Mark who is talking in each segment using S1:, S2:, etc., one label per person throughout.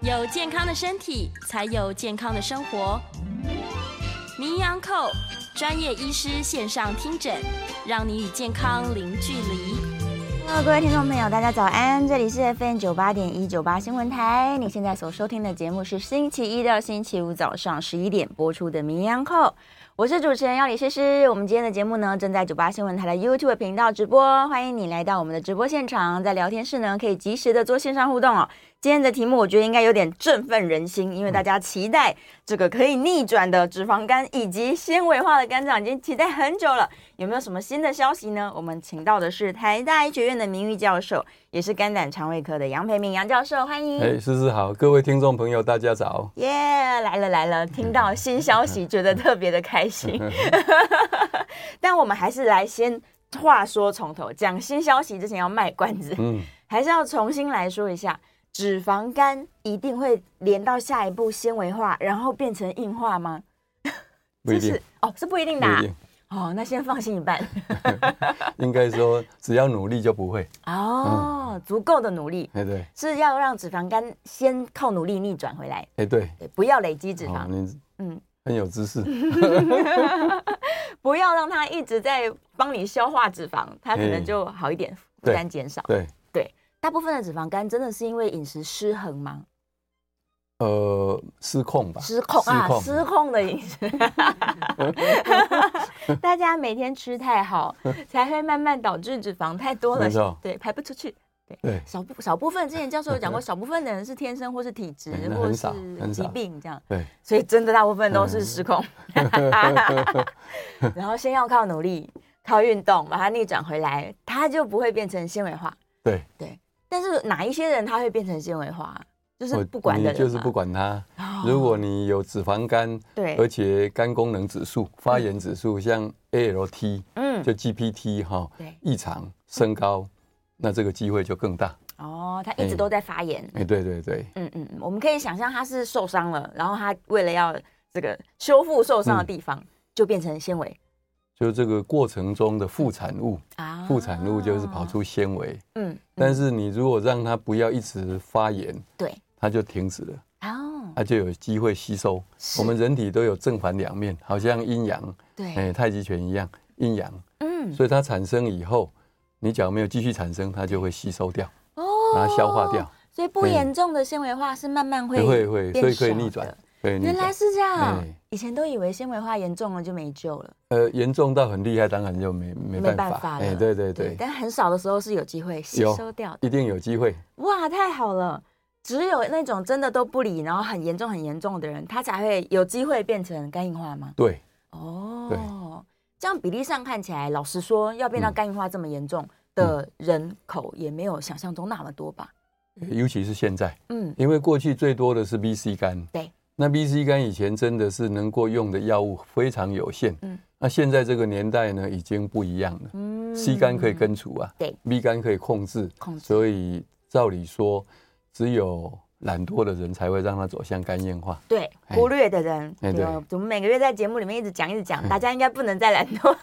S1: 有健康的身体，才有健康的生活。名医安扣专业医师线上听诊，让你与健康零距离。
S2: Hello，各位听众朋友，大家早安！这里是 FM 九八点一九八新闻台，你现在所收听的节目是星期一到星期五早上十一点播出的《名医安扣》，我是主持人要李诗诗。我们今天的节目呢，正在九八新闻台的 YouTube 频道直播，欢迎你来到我们的直播现场，在聊天室呢可以及时的做线上互动哦。今天的题目我觉得应该有点振奋人心，因为大家期待这个可以逆转的脂肪肝以及纤维化的肝脏，已经期待很久了。有没有什么新的消息呢？我们请到的是台大医学院的名誉教授，也是肝胆肠胃科的杨培明杨教授，欢迎。
S3: 哎，思思好，各位听众朋友，大家早。
S2: 耶、来了来了，听
S3: 嗯
S2: 到新消 息觉得特别的开心。 但我们还是来先话说从头，讲新消息之前要卖关子，
S3: 嗯，
S2: 还是要重新来说一下，脂肪肝一定会连到下一步纤维化，然后变成硬化吗？
S3: 不一
S2: 这
S3: 定
S2: 是，哦，是不一定
S3: 不
S2: 的啊、
S3: 一定，
S2: 哦，那先放心一 半。
S3: 应该说只要努力就不会。
S2: 哦，
S3: 嗯
S2: 足够的努力
S3: 哎对，
S2: 是要让脂肪肝先靠努力逆转回来，
S3: 哎对，
S2: 对，不要累积脂
S3: 哦
S2: 肪，
S3: 你
S2: 嗯
S3: 嗯很有知识，
S2: 不要让它一直在帮你消化脂肪，它可能
S3: 嗯
S2: 就好一点，负
S3: 对
S2: 担减少。
S3: 对，
S2: 大部分的脂肪肝真的是因为饮食失衡吗？
S3: 呃，失控吧，
S2: 失控啊，
S3: 控
S2: 失控的 饮食，大家每天吃太好，才会慢慢导致脂肪太多
S3: 没
S2: 了
S3: 错，
S2: 对，排不出去。
S3: 对，
S2: 少部少部分，之前教授有 讲过，少部分的人是天生或是体质
S3: 哎，那
S2: 或
S3: 很
S2: 是
S3: 少很
S2: 疾
S3: 少
S2: 病这样，
S3: 对，
S2: 所以真的大部分都
S3: 嗯
S2: 是失控。 然后先要靠努力，靠运动把它逆转回来，它就不会变成纤维化。
S3: 对
S2: 对，但是哪一些人他会变成纤维化？啊就是
S3: 我
S2: 不管的
S3: 哦你
S2: 人，
S3: 就是不。管它。
S2: 哦
S3: 如果你有脂肪肝，
S2: 对
S3: 而且肝功能指数、发炎指数像 ALT
S2: 嗯
S3: 就 GPT 哈
S2: 对
S3: 异常升高，那这个机会就更大。
S2: 哦，他一直都在发炎。
S3: 哎，对对对，
S2: 嗯嗯嗯，我们可以想象他是受伤了，然后他为了要这个修复受
S3: 嗯
S2: 伤的地方，就变成纤维
S3: 就这个过程中的副产物，
S2: 啊
S3: 副产物就是跑。出纤维。
S2: 嗯，
S3: 但是你如果让它不要一直发炎，
S2: 对。
S3: 它就停止了，
S2: 哦，
S3: 它就有机会吸收。我们人体都有正反两面，好像阴阳，
S2: 对，
S3: 哎，太极拳一样阴阳，
S2: 嗯，
S3: 所以它产生以后，你只要没有继续产生，它就会吸收掉，
S2: 哦
S3: 把它消化掉，
S2: 所以不严重的纤维化是慢慢哦会
S3: 会会，
S2: 变
S3: 所以可以
S2: 少
S3: 逆
S2: 的
S3: 转。。对，逆
S2: 原来
S3: 转
S2: 是这样
S3: 哎，
S2: 以前都以为纤维化严重了就没救了，
S3: 呃严重到很厉害，当然就没没办法。哎
S2: 了。
S3: 对对对，
S2: 但很少的时候是有机会吸
S3: 有
S2: 收掉的。
S3: 一定有机会。
S2: 哇，太好了！只有那种真的都不理，然后很严重、很严重的人，他才会有机会变成肝硬化吗？
S3: 对，
S2: 哦，这样比例上看起来，老实说，要变到
S3: 嗯
S2: 肝硬化这么严重的人口，也没有想象中那么多吧？
S3: 尤其是现在。
S2: 嗯，
S3: 因为过去最多的是 BC 肝，
S2: 对，
S3: 那 BC 肝以前真的是能够用的药物非常有限，
S2: 嗯
S3: 嗯，那现在这个年代呢，已经不一样了、
S2: 嗯
S3: c 肝可以根除啊，
S2: 对
S3: ，B 肝可以控制，
S2: 控制
S3: 所以照理说，只有懒惰的人才会让它走向肝硬化，
S2: 对，
S3: 哎
S2: 忽略的人，
S3: 哎
S2: 对吧
S3: 对哎
S2: 我们每个月在节目里面一直讲一直讲，大家应该不能再懒惰。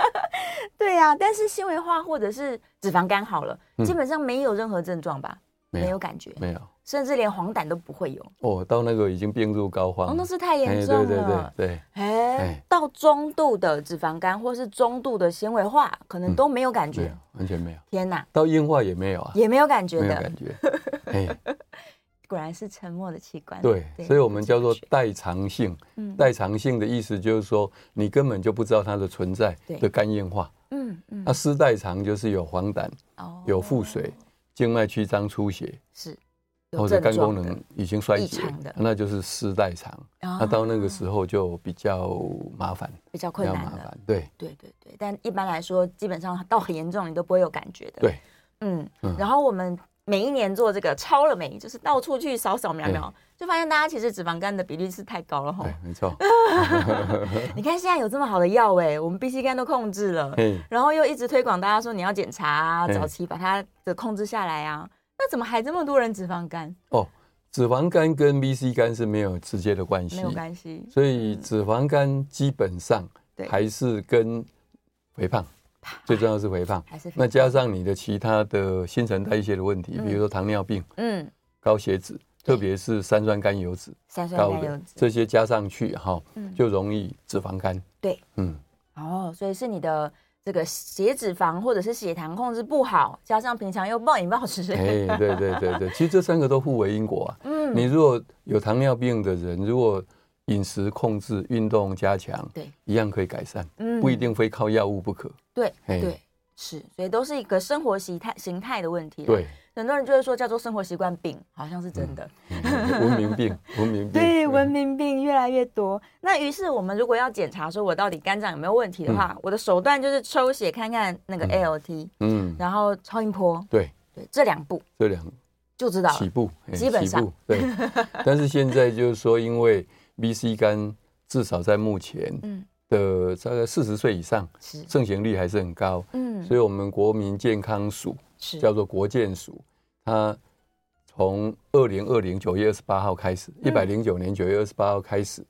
S2: 对呀、但是纤维化或者是脂肪肝好了，
S3: 嗯
S2: 基本上没有任何症状吧，
S3: 没
S2: 没
S3: 有
S2: 有感觉，
S3: 没有，
S2: 甚至连黄疸都不会有。
S3: 哦，到那个已经病入膏肓
S2: 哦
S3: 了，，哎
S2: 那是太严
S3: 对
S2: 重
S3: 对对
S2: 了。
S3: 对，
S2: 哎、
S3: 哎
S2: 到中度的脂肪肝或是中度的纤维化，可能
S3: 嗯
S2: 都没有感
S3: 没
S2: 觉。
S3: 有，完全没有，
S2: 天哪，
S3: 到硬化也没有啊，
S2: 也没有感觉
S3: 没有
S2: 的，
S3: 感觉，哎，
S2: 果然是沉默的器官。
S3: 对，所以我们叫做
S2: 不知不觉
S3: 代偿性。
S2: 嗯
S3: 代偿性的意思就是说，你根本就不知道它的存在
S2: 对
S3: 的肝硬化。
S2: 嗯嗯
S3: 那湿代偿就是有黄疸、
S2: 哦
S3: 有腹水、静脉曲张出血，
S2: 是，有
S3: 或者哦肝
S2: 症
S3: 功
S2: 状的
S3: 能已经衰竭
S2: 异常的，
S3: 那就是湿代偿。
S2: 啊
S3: 那到那个时候就比较麻烦，
S2: 比较
S3: 比
S2: 困
S3: 较
S2: 难
S3: 麻
S2: 了。
S3: 烦。对
S2: 对对对，但一般来说，基本上到很严重，你都不会有感觉的。，
S3: 对，
S2: 嗯，
S3: 嗯
S2: 然后我们每一年做这个超了没，就是到处去扫扫描描，就发现大家其实脂肪肝的比例是太高了哈
S3: 对。，没错。
S2: 你看现在有这么好的药哎，我们 B C 肝都控制了，
S3: 嘿，
S2: 然后又一直推广大家说你要检查啊，
S3: 嘿
S2: 早期把它的控制下来啊，那怎么还这么多人脂肪肝？
S3: 哦，脂肪肝跟 BC 肝是没有直接的关系
S2: 没，有关系，嗯
S3: 所以脂肪肝基本上
S2: 对
S3: 还是跟肥胖，最重要的是肥胖。
S2: 还是
S3: 那加上你的其他的新陈代谢的问题，
S2: 嗯
S3: 比如说糖尿病、
S2: 嗯
S3: 高血脂，特别是三酸甘油脂
S2: 三酸
S3: 高
S2: 甘油
S3: 的
S2: 脂。
S3: 这些加上去哈
S2: 嗯，
S3: 就容易脂肪肝。
S2: 对，
S3: 嗯，
S2: 哦，所以是你的这个血脂肪或者是血糖控制不好，加上平常又暴饮暴食，
S3: 哎，对对对对，其实这三个都互为因果啊。
S2: 嗯，
S3: 你如果有糖尿病的人，如果饮食控制、运动加强，
S2: 对，
S3: 一样可以改善，
S2: 嗯
S3: 不一定非靠药物不可。
S2: 对
S3: 哎
S2: 对是，所以都是一个生活习态形态的问题。，
S3: 对，
S2: 很多人就会说叫做生活习惯病，好像是真的。
S3: 嗯文明病，文明病。
S2: 对，文明病越来越多。那于是我们如果要检查说我到底肝脏有没有问题的话，我的手段就是抽血看看那个 ALT，、
S3: 嗯，
S2: 然后超音波，
S3: 对，
S2: 对，这两步
S3: 这两
S2: 就知道
S3: 起
S2: 了。
S3: 步，哎
S2: 啊基本上
S3: 起步 对。但是现在就是说，因为 B C 肝至少在目前
S2: 嗯，
S3: 的大概四十岁以上，
S2: 是，
S3: 盛行率还是很高，
S2: 嗯，
S3: 所以我们国民健康署
S2: 是，
S3: 叫做国健署，它从二零二零九月二十八号开始，
S2: 嗯
S3: 一百零九年九月二十八号开始，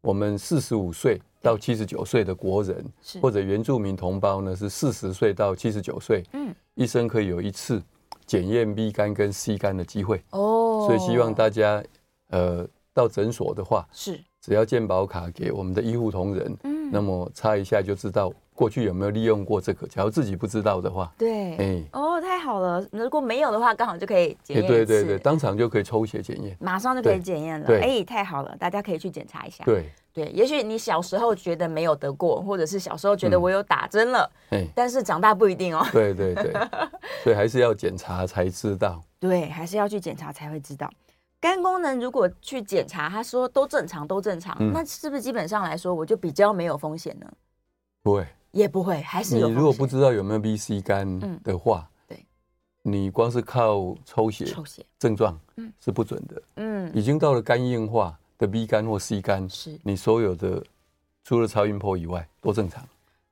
S3: 我们四十五岁到七十九岁的国人
S2: 是
S3: 或者原住民同胞呢，是四十岁到七十九岁，
S2: 嗯，
S3: 一生可以有一次检验 B 肝跟 C 肝的机会，
S2: 哦，
S3: 所以希望大家呃到诊所的话，
S2: 是，
S3: 只要健保卡给我们的医护同仁，
S2: 嗯
S3: 那么擦一下就知道过去有没有利用过这个。假如自己不知道的话，
S2: 对，
S3: 哎、
S2: 哦，太好了，如果没有的话，刚好就可以检验
S3: 哎
S2: 一次，
S3: 对对对，当场就可以抽血检验。
S2: 马上就可以
S3: 对
S2: 检验了。
S3: 对
S2: 哎，太好了，大家可以去检查一下。
S3: 对，
S2: 对，也许你小时候觉得没有得过，或者是小时候
S3: 嗯
S2: 觉得我有打针了，
S3: 哎、
S2: 但是长大不一定哦。
S3: 对对对，所以还是要检查才知道。
S2: 对，还是要去检查才会知道。肝功能如果去检查，他说都正常，都正常，
S3: 嗯
S2: 那是不是基本上来说我就比较没有风险呢？
S3: 对，
S2: 也不会，还是
S3: 你
S2: 有。
S3: 如果不知道有没有 B C
S2: 嗯
S3: 肝的话，
S2: 对，
S3: 你光是靠抽血
S2: 抽血，
S3: 症状
S2: 嗯
S3: 是不准的，
S2: 嗯，
S3: 已经到了肝硬化的 B 肝或 C 肝，
S2: 是
S3: 你所有的除了超音波以外都正
S2: 哦
S3: 常，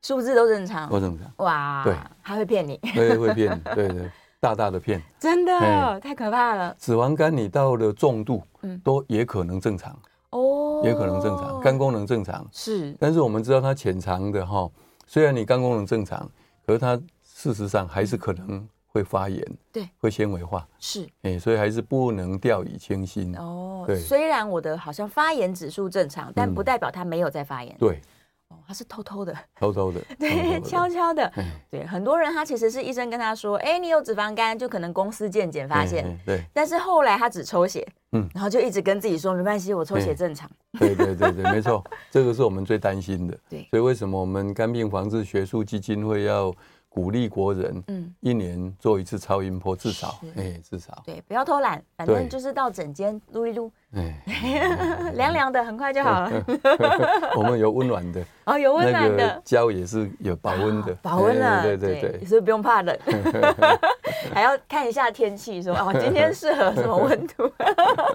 S2: 数字都正常
S3: 都，正常，
S2: 哇，
S3: 对，
S2: 还会骗你，
S3: 对，会骗你，对对，大大的骗。
S2: 真的
S3: 哎
S2: 太可怕了
S3: 脂肪肝你到了重度
S2: 嗯，
S3: 都也可能正常，
S2: 哦，
S3: 也可能正常，肝功能正常。
S2: 是
S3: 但是我们知道它潜藏的哈，虽然你肝功能正常，可是它事实上还是可能会发炎，
S2: 对，
S3: 会纤维化，
S2: 是
S3: 哎，所以还是不能掉以轻心。
S2: 哦
S3: 对，嗯
S2: 虽然我的好像发炎指数正常，但不代表他没有在发炎，
S3: 对，
S2: 哦，他是偷偷的，
S3: 偷偷的，
S2: 对，
S3: 偷
S2: 悄
S3: 偷的
S2: 悄的，
S3: 哎
S2: 对，很多人他其实是医生跟他说，哎、你有脂肪肝，就可能公司健检发现，
S3: 哎哎对。
S2: 但是后来他只抽血，嗯
S3: 嗯，
S2: 然后就一直跟自己说没关系，我抽血正常，
S3: 对对对对，没错，这个是我们最担心的。
S2: 对
S3: 所以为什么我们肝病防治学术基金会要鼓励国人，
S2: 嗯
S3: 嗯，一年做一次超音波，至少，哎，至少，
S2: 对，不要偷懒，反正
S3: 对
S2: 就是到整间撸一撸，
S3: 哎，
S2: 凉凉的，很快就好了，
S3: 我们有温暖的，
S2: 哦，有温
S3: 嗯那
S2: 暖
S3: 个
S2: 的。啊
S3: 胶也是有保温的，
S2: 保温了，
S3: 哎对对对，
S2: 所以不用怕 冷，还要看一下天气，说哦，今天适合什么温度，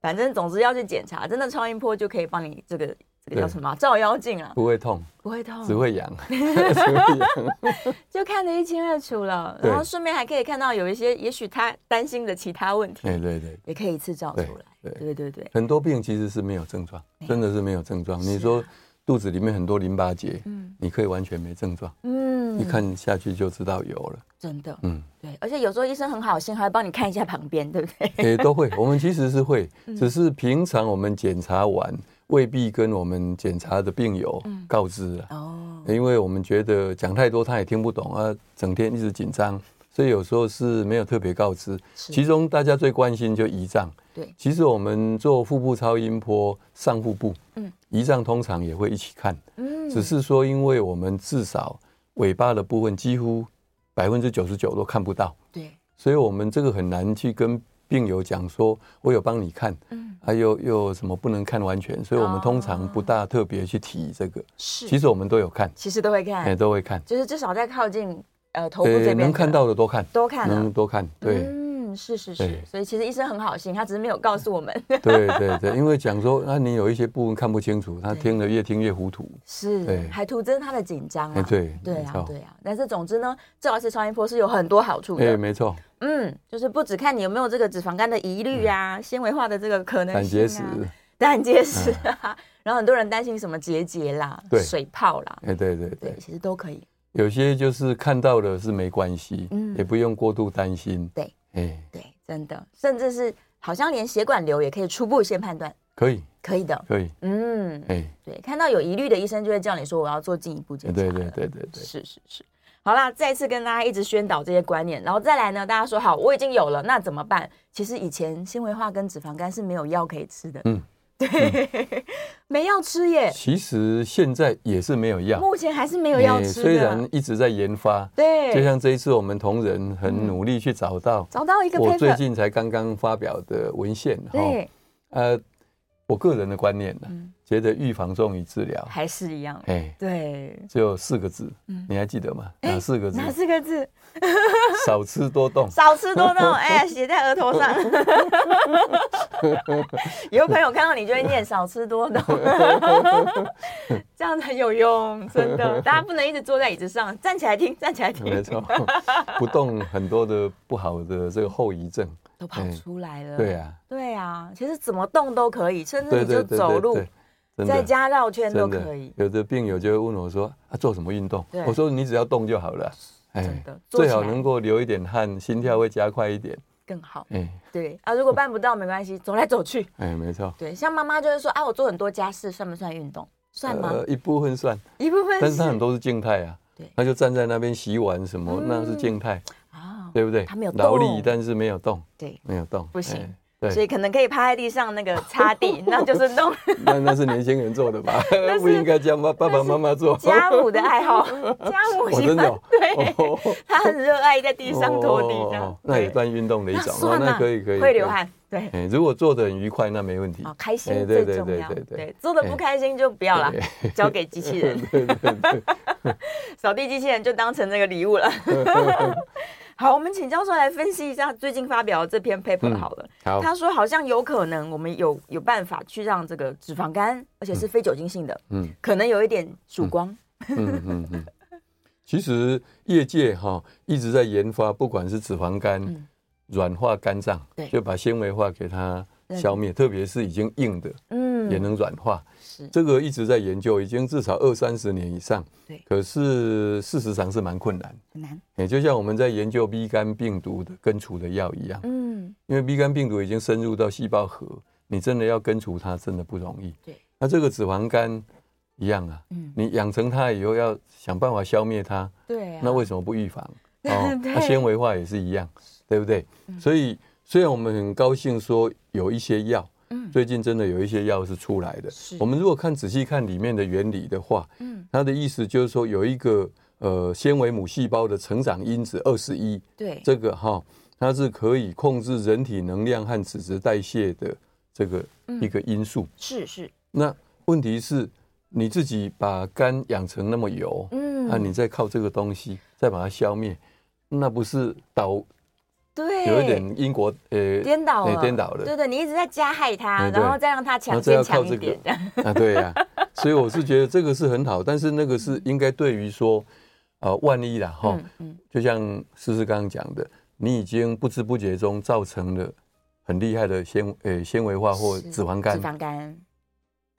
S2: 反正总之要去检查，真的超音波就可以帮你这个这个叫
S3: 对
S2: 什么啊照妖镜啊，
S3: 不会痛，
S2: 不会痛，
S3: 只会痒，只会痒。
S2: 就看得一清二楚了。
S3: 对
S2: 然后顺便还可以看到有一些，也许他担心的其他问题，
S3: 哎，对对，
S2: 也可以一次照出来。
S3: 对对
S2: 对对对，
S3: 很多病其实是没有症状，真的是没有症状。你说肚子里面很多淋巴结，
S2: 啊嗯
S3: 你可以完全没症状，
S2: 嗯，
S3: 一看下去就知道有了，
S2: 真的，
S3: 嗯。
S2: 对，而且有时候医生很好心，还会帮你看一下旁边，对不对？
S3: 也、都会，我们其实是会，
S2: 嗯
S3: 只是平常我们检查完未必跟我们检查的病友
S2: 嗯
S3: 告知了、
S2: 哦，
S3: 因为我们觉得讲太多他也听不懂啊，整天一直紧张，所以有时候是没有特别告知。
S2: 是
S3: 其中大家最关心就胰脏，
S2: 对，
S3: 其实我们做腹部超音波上腹部，
S2: 嗯
S3: 嗯，胰脏通常也会一起看，
S2: 嗯
S3: 只是说因为我们至少尾巴的部分几乎百分之九十九都看不到。
S2: 对，
S3: 所以我们这个很难去跟病友讲说，我有帮你看，
S2: 嗯，
S3: 还有又有什么不能看完全，所以我们通常不大特别去提这个。
S2: 是，
S3: 其实我们都有看，
S2: 其实都会
S3: 哎、
S2: 看，
S3: 都会看，
S2: 就是至少在靠近呃嗯头部这边
S3: 能看到的都看，
S2: 都看了
S3: 能。多看， 对，
S2: 嗯，是是是
S3: 对，
S2: 所以其实医生很好心，他只是没有告诉我们。
S3: 对对对，因为讲说，那你有一些部分看不清楚，他
S2: 对
S3: 听了越听越糊涂，
S2: 是
S3: 对，
S2: 还徒增他的紧张
S3: 哎、
S2: 啊。
S3: 对，
S2: 对
S3: 没
S2: 啊，
S3: 错，
S2: 对啊。但是总之呢，照一次超音波是有很多好处
S3: 哎、
S2: 的。
S3: 没错，
S2: 嗯，就是不只看你有没有这个脂肪肝的疑虑啊，纤维化的这个可能
S3: 胆
S2: 性
S3: 结
S2: 啊，
S3: 石，哎
S2: 胆结石啊。然后很多人担心什么结节啦、
S3: 对
S2: 水泡啦，
S3: 哎、对对对
S2: 对，，其实都可以。
S3: 有些就是看到了是没关系，
S2: 嗯
S3: 也不用过度担心，
S2: 对
S3: 哎、
S2: 对，真的，甚至是好像连血管瘤也可以初步先判断，
S3: 可以，
S2: 可以的。
S3: 可以，
S2: 嗯，
S3: 哎，
S2: 对，看到有疑虑的医生就会叫你说我要做进一步检
S3: 对
S2: 查
S3: 对
S2: 了。
S3: 对对对对，
S2: 是是是。好啦，再次跟大家一直宣导这些观念，然后再来呢，大家说好，我已经有了，那怎么办？其实以前纤维化跟脂肪肝是没有药可以吃的，嗯
S3: 嗯，
S2: 对， 没药吃耶，
S3: 其实现在也是没有药，
S2: 目前还是没有药
S3: 哎
S2: 吃的，
S3: 虽然一直在研发，就
S2: 对，
S3: 像这一次我们同仁很努力去找到，
S2: 找到一个
S3: 我最
S2: paper，
S3: 近才刚刚发表的文献哈，
S2: 对，
S3: 呃，我个人的观念呢
S2: 嗯，
S3: 觉得预防重于治疗，
S2: 还是一样，
S3: 哎，
S2: 对，
S3: 只有四个字
S2: 嗯，
S3: 你还记得吗？
S2: 哎
S3: 哪四个字？
S2: 哪四个字？
S3: 少吃多 动。
S2: 少吃多动，哎，写在额头上。 有朋友看到你就会念少吃多 动，这样才有用，真 的。大家不能一直坐在椅子上，站起来听，站起来听，
S3: 没错， 不动很多的不好的这个后遗症。
S2: 都跑出来了。
S3: 对，啊，
S2: 对啊，其实怎么动都可以，甚至
S3: 对
S2: 嗯你就
S3: 对对
S2: 走
S3: 对
S2: 路
S3: 对，真
S2: 在
S3: 的
S2: 家绕圈都
S3: 真
S2: 可
S3: 的
S2: 以，。
S3: 有的病友就会问我说：“啊，做什么运动
S2: 对？”
S3: 我说：“你只要动就好了。”
S2: 真的做
S3: 最
S2: 起
S3: 好
S2: 来
S3: 能够流一点汗，心跳会加快一点。
S2: 更好，
S3: 哎
S2: 对啊，如果办不到没关系，走来走去，
S3: 哎，没错。
S2: 对，像妈妈就会说啊，我做很多家事，算不算运动？算吗？
S3: 呃，一部分算，
S2: 一部分
S3: 但是他很多是静态啊
S2: 对。
S3: 他就站在那边洗碗什么，
S2: 嗯
S3: 那是静态，
S2: 啊，
S3: 对不对？
S2: 他没有
S3: 劳
S2: 动
S3: 力，但是没有动，
S2: 对，
S3: 没有动，
S2: 不行
S3: 哎。
S2: 所以
S3: 对，
S2: 可能可以趴在地上那个擦 地，那就是弄
S3: 那那是年轻人做的吧？不应该叫妈爸爸妈妈做。
S2: 家母的爱 好，家母
S3: 我
S2: 喜
S3: 真
S2: 欢，
S3: 的哦
S2: 对，
S3: 哦
S2: 他很热爱在地上拖地这
S3: 哦
S2: 样，
S3: 那也
S2: 对
S3: 算运动的一
S2: 那
S3: 种
S2: 算
S3: 那
S2: 啦
S3: 可以可以，
S2: 会流。汗，对，
S3: 哎，如果做的很愉快，那没问题
S2: 好。开心
S3: 哎
S2: 最
S3: 对
S2: 重
S3: 对
S2: 要，
S3: 对对对
S2: 对，做的不
S3: 哎
S2: 开心就不要了，
S3: 对
S2: 交给机器人，
S3: 对对对，
S2: 扫地机器人就当成那个礼物了。 好，我们请教授来分析一下最近发表的这篇 paper
S3: 嗯
S2: 好了。
S3: 好，
S2: 他说好像有可能我们有有办法去让这个脂肪肝，而且是非酒精性的，
S3: 嗯
S2: 可能有一点曙光。
S3: 嗯嗯嗯。其实业界哈、一直在研发，不管是脂肪肝、
S2: 嗯
S3: 软化肝脏
S2: 对，
S3: 就把纤维化给它消灭，特别是已经硬的
S2: 嗯，
S3: 也能软化。
S2: 是
S3: 这个一直在研究，已经至少二三十年以上。
S2: 对
S3: 可是事实上是蛮困难。
S2: 很难。
S3: 也就像我们在研究 B 肝病毒的根除的药一样，
S2: 嗯，
S3: 因为 B 肝病毒已经深入到细胞核，你真的要根除它真的不容易。
S2: 对，
S3: 那这个脂肪肝一样啊，
S2: 嗯
S3: 你养成它以后要想办法消灭它，
S2: 对啊。
S3: 那为什么不 预防？
S2: 对嗯
S3: 那纤维化也是一样，对不对？所以虽然我们很高兴说有一些药，
S2: 嗯
S3: 最近真的有一些药是出来的
S2: 是。
S3: 我们如果看仔细看里面的原理的话，
S2: 嗯，
S3: 它的意思就是说有一个呃纤维母细胞的成长因子二十一，
S2: 对，
S3: 这个哈、它是可以控制人体能量和脂质代谢的这个
S2: 嗯
S3: 一个因素。
S2: 是是，
S3: 那问题是，你自己把肝养成那么油，
S2: 嗯
S3: 啊那、你再靠这个东西再把它消灭，那不是倒
S2: 对，
S3: 有一点因果呃
S2: 颠倒
S3: 哎
S2: 了，
S3: 颠倒了
S2: 对对，你一直在加害他，
S3: 哎对
S2: 然后再让他强
S3: 然后再
S2: 先
S3: 要
S2: 强
S3: 靠
S2: 一
S3: 这个
S2: 点，这样
S3: 啊，对呀、所以我是觉得这个是很好，但是那个是应该对于说，呃，万一啦哈，
S2: 嗯嗯，
S3: 就像思思刚刚讲的，你已经不知不觉中造成了很厉害的纤呃纤维化或
S2: 是
S3: 脂肪肝
S2: 脂，肪肝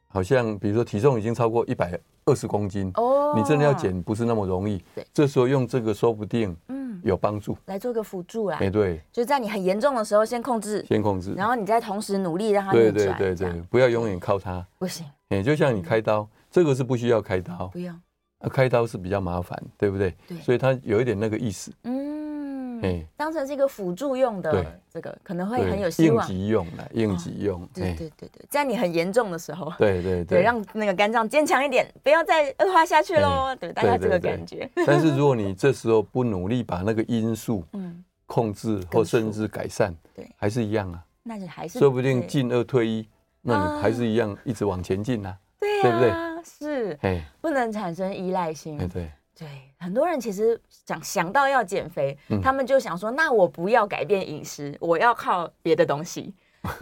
S3: 好像比如说体重已经超过一百二十公斤，
S2: 哦
S3: 你真的要，减不是那么容易
S2: 对。
S3: 这时候用这个说不定
S2: 嗯，
S3: 有帮助。
S2: 来做个辅助啦
S3: 哎、，对，
S2: 就在你很严重的时候先控制，
S3: 先控制。
S2: 啊然后你再同时努力让它
S3: 对
S2: 逆
S3: 对
S2: 转，
S3: 对
S2: 这
S3: 对
S2: 样，
S3: 不要永远靠它。
S2: 不行，
S3: 哎、就像你开刀，这个是不需要开刀，
S2: 不用，
S3: 啊、开刀是比较麻烦，对不对？
S2: 对
S3: 所以它有一点那个意思。
S2: 嗯，
S3: 哎
S2: 当成是一个辅助用的
S3: 对，
S2: 这个可能会
S3: 对，
S2: 很有希
S3: 应
S2: 望，啊
S3: 急用啦，应急用。
S2: 对
S3: 哎
S2: 对对对，在你很严重的时候，
S3: 对对
S2: 对，让那个肝脏坚强一点，不要再恶化下去喽。对，大概这个感觉。
S3: 但是如果你这时候不努力把那个因素
S2: 嗯，
S3: 控制
S2: 根除
S3: 或甚至改善，
S2: 对
S3: 还是一样啊，
S2: 那就还是
S3: 说不定
S2: 对
S3: 进二退一，那
S2: 啊
S3: 你还是一样一直往前进呐、啊。
S2: 对
S3: 对不对
S2: 啊，是
S3: 哎
S2: 不能产生依赖性
S3: 哎，。对，
S2: 对，很多人其实想想到要减肥，
S3: 嗯
S2: 他们就想说，那我不要改变饮食，我要靠别的东西。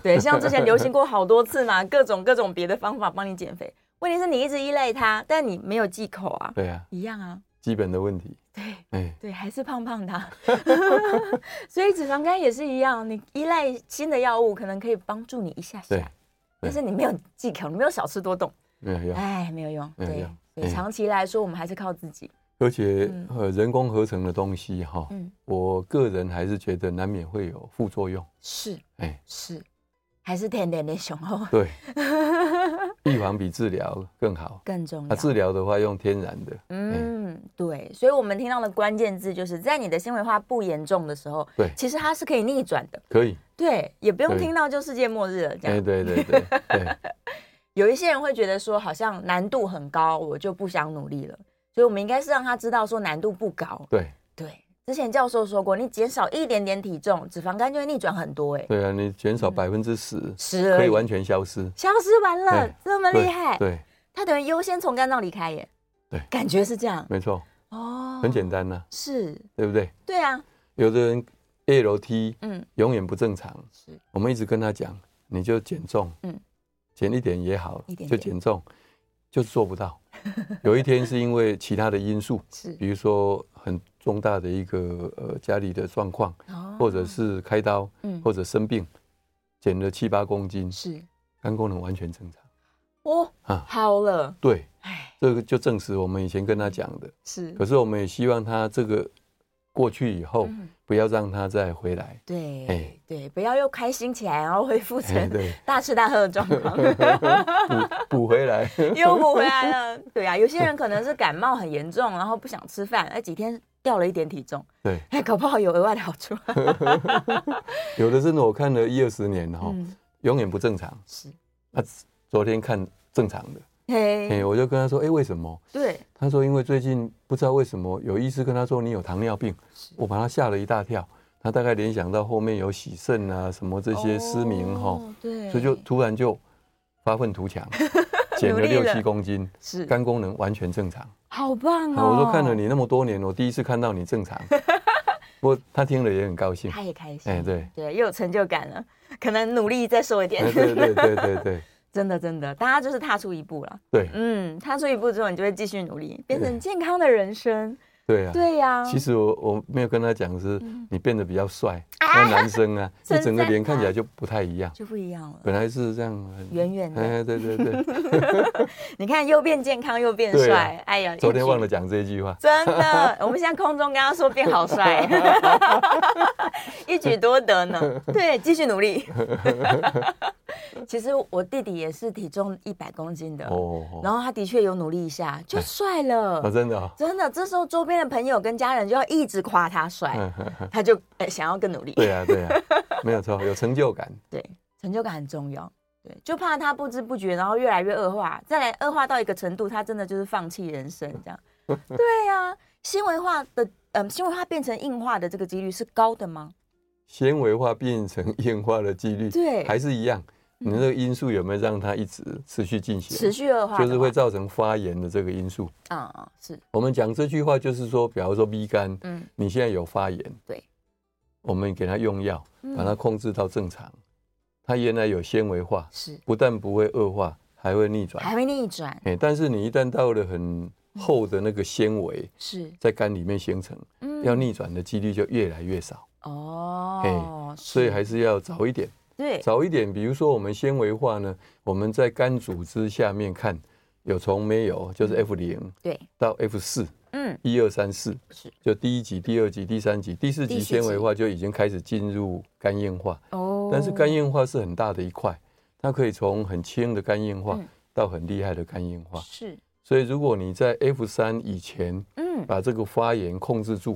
S2: 对，像之前流行过好多次嘛，各种各种别的方法帮你减肥。问题是你一直依赖它，但你没有忌口啊，
S3: 对啊，
S2: 一样啊。
S3: 基本的问题。
S2: 对，
S3: 哎，
S2: 对，还是胖胖的啊， 所以脂肪肝也是一样，你依赖新的药物可能可以帮助你一下
S3: 对
S2: 下，，但是你没有忌口，你没有少吃多动，
S3: 没有用。
S2: 哎，没有用。
S3: 没有
S2: 对
S3: 用，
S2: 所以
S3: 哎
S2: 长期来说，我们还是靠自己。
S3: 而且
S2: 嗯
S3: 呃，人工合成的东西哈，
S2: 嗯，
S3: 我个人还是觉得难免会有副作用。
S2: 是
S3: 哎，
S2: 是，还是甜甜的雄厚
S3: 对，预防比治疗更好。
S2: 更重
S3: 那
S2: 要。
S3: 治疗的话，用天然的，嗯，
S2: 嗯，对，所以我们听到的关键字就是在你的纤维化不严重的时候，
S3: 对
S2: 其实它是可以逆转的，
S3: 可以，
S2: 对，也不用
S3: 对
S2: 听到就世界末日了这
S3: 哎，
S2: 样。
S3: 对对对 对，
S2: 有一些人会觉得说，好像难度很高，我就不想努力了，所以我们应该是让他知道说难度不高。
S3: 对
S2: 对，之前教授说过，你减少一点点体重，脂肪肝就会逆转很多、哎，
S3: 对啊，你减少百分之十，
S2: 十
S3: 可
S2: 而
S3: 以
S2: 已，
S3: 完全消失，
S2: 消失完了
S3: 哎，
S2: 这么
S3: 对
S2: 厉害，
S3: 对，
S2: 它等于优先从肝脏离开耶。
S3: 对
S2: 感觉是这样
S3: 没错，
S2: 哦，
S3: 很简单呐，
S2: 是，
S3: 对不对？
S2: 对啊，
S3: 有的人 ALT
S2: 嗯，
S3: 永远不正常，
S2: 是
S3: 我们一直跟他讲，你就减重，
S2: 嗯
S3: 嗯，减一点也好
S2: 一点，点
S3: 就减重，就是做不到。 有一天是因为其他的因素，
S2: 是，
S3: 比如说很重大的一个呃家里的状况，
S2: 哦
S3: 或者是开刀，
S2: 嗯
S3: 或者生病，减了七八公斤，
S2: 是
S3: 肝功能完全正常
S2: 哦，
S3: 啊。
S2: 好了，
S3: 对，
S2: 哎，
S3: 这个就证实我们以前跟他讲的。
S2: 是
S3: 可，是我们也希望他这个过去以后，
S2: 嗯
S3: 不要让他再回来。
S2: 对
S3: 哎
S2: 对，不要又开心起来，然后恢复
S3: 哎，
S2: 成
S3: 对，
S2: 大吃大喝的状 况，
S3: 补补回来。
S2: 又补回来了。对啊，有些人可能是感冒很严重，然后不想吃饭，哎，几天掉了一点体重，
S3: 对，
S2: 哎，搞不好有额外的好处。啊
S3: 有的真的我看了一二十年哈，
S2: 嗯，
S3: 永远不正常。
S2: 是，嗯
S3: 那昨天看正常的，
S2: 嘿，
S3: 哎，我就跟他说，哎，为什么？
S2: 对，
S3: 他说因为最近不知道为什么有医师跟他说你有糖尿病，我把他吓了一大跳。他大概联想到后面有洗肾啊什么这些失明哈，
S2: 哦，对，
S3: 所以就突然就发愤图 强，减了
S2: 努力
S3: 六
S2: 了
S3: 七公斤，
S2: 是
S3: 肝功能完全正常。
S2: 好棒
S3: 啊
S2: 哦！
S3: 我说看了，你那么多年，我第一次看到你正常。 不过他听了也很高兴。
S2: 他也开心，
S3: 哎，对，
S2: 对，又有成就感了，可能努力再瘦一点
S3: 哎，对对对对对
S2: 真的真的，大家就是踏出一步了，
S3: 对啊
S2: 嗯，踏出一步之后，你就会继续努力，变成
S3: 对
S2: 健康的人生，
S3: 对啊！
S2: 对呀、
S3: 其实我我没有跟他讲是
S2: 嗯，
S3: 你变得比较帅，
S2: 啊
S3: 那男 生啊，
S2: 称赞
S3: 你整个脸
S2: 他
S3: 看起来就不太一样。
S2: 就不一样了，
S3: 本来是这样很
S2: 圆圆的
S3: 哎，对 对对，
S2: 你看又变健康又变
S3: 对啊
S2: 帅，哎呀，
S3: 昨
S2: 一
S3: 天
S2: 举
S3: 忘了讲这一句话。
S2: 真的，我们现在空中跟他说变好 帅，一举多得呢。对，继续努 力。其实我弟弟也是体重一百公斤的，
S3: 哦哦，
S2: 然后他的确有努力一下就帅
S3: 啊，
S2: 了。
S3: 真的哦，
S2: 真的，这时候周边的朋友跟家人就要一直夸他帅，
S3: 嗯呵呵
S2: 他就哎、想要更努力。
S3: 对啊对 啊，没有错，有成就感。
S2: 对，成就感很重要。对，就怕他不知不觉，然后越来越恶化，再来恶化到一个程度，他真的就是放弃人生 这样。对呀、啊，纤维化的，嗯，纤维化变成硬化的这个几率是高的吗？
S3: 纤维化变成硬化的几率，
S2: 对嗯
S3: 还是一样。你那个因素有没有让它一直持续进行？
S2: 持续恶化的
S3: 就是会
S2: 话
S3: 造成发炎的这个因素。
S2: 啊、啊是，
S3: 我们讲这句话就是说，比方说 B 肝，
S2: 嗯，
S3: 你现在有发炎，
S2: 对，
S3: 我们给它用药，
S2: 嗯
S3: 把它控制到正常。它原来有纤维化，
S2: 是，
S3: 不但不会恶化，还会逆转。
S2: 还会逆转，
S3: 哎，但是你一旦到了很厚的那个纤维
S2: 是，
S3: 在肝里面形成，
S2: 嗯
S3: 要逆转的几率就越来越少。
S2: 哦
S3: 嘿，
S2: 是
S3: 所以还是要早一点。
S2: 对，
S3: 早一点，比如说我们纤维化呢，我们在肝组织下面看，有从没有，就是
S2: 嗯
S3: F 零
S2: 对，
S3: 到 F 四，
S2: 嗯，
S3: 一二三四
S2: 是，
S3: 就第一级、第二级、第三级、第四
S2: 第
S3: 级
S2: 四级
S3: 纤维化就已经开始进入肝硬化，
S2: 哦，
S3: 但是肝硬化是很大的一块，它可以从很轻的肝硬化
S2: 嗯
S3: 到很厉害的肝硬化，
S2: 是，
S3: 所以如果你在 F 三以前
S2: 嗯，
S3: 把这个发炎控制住，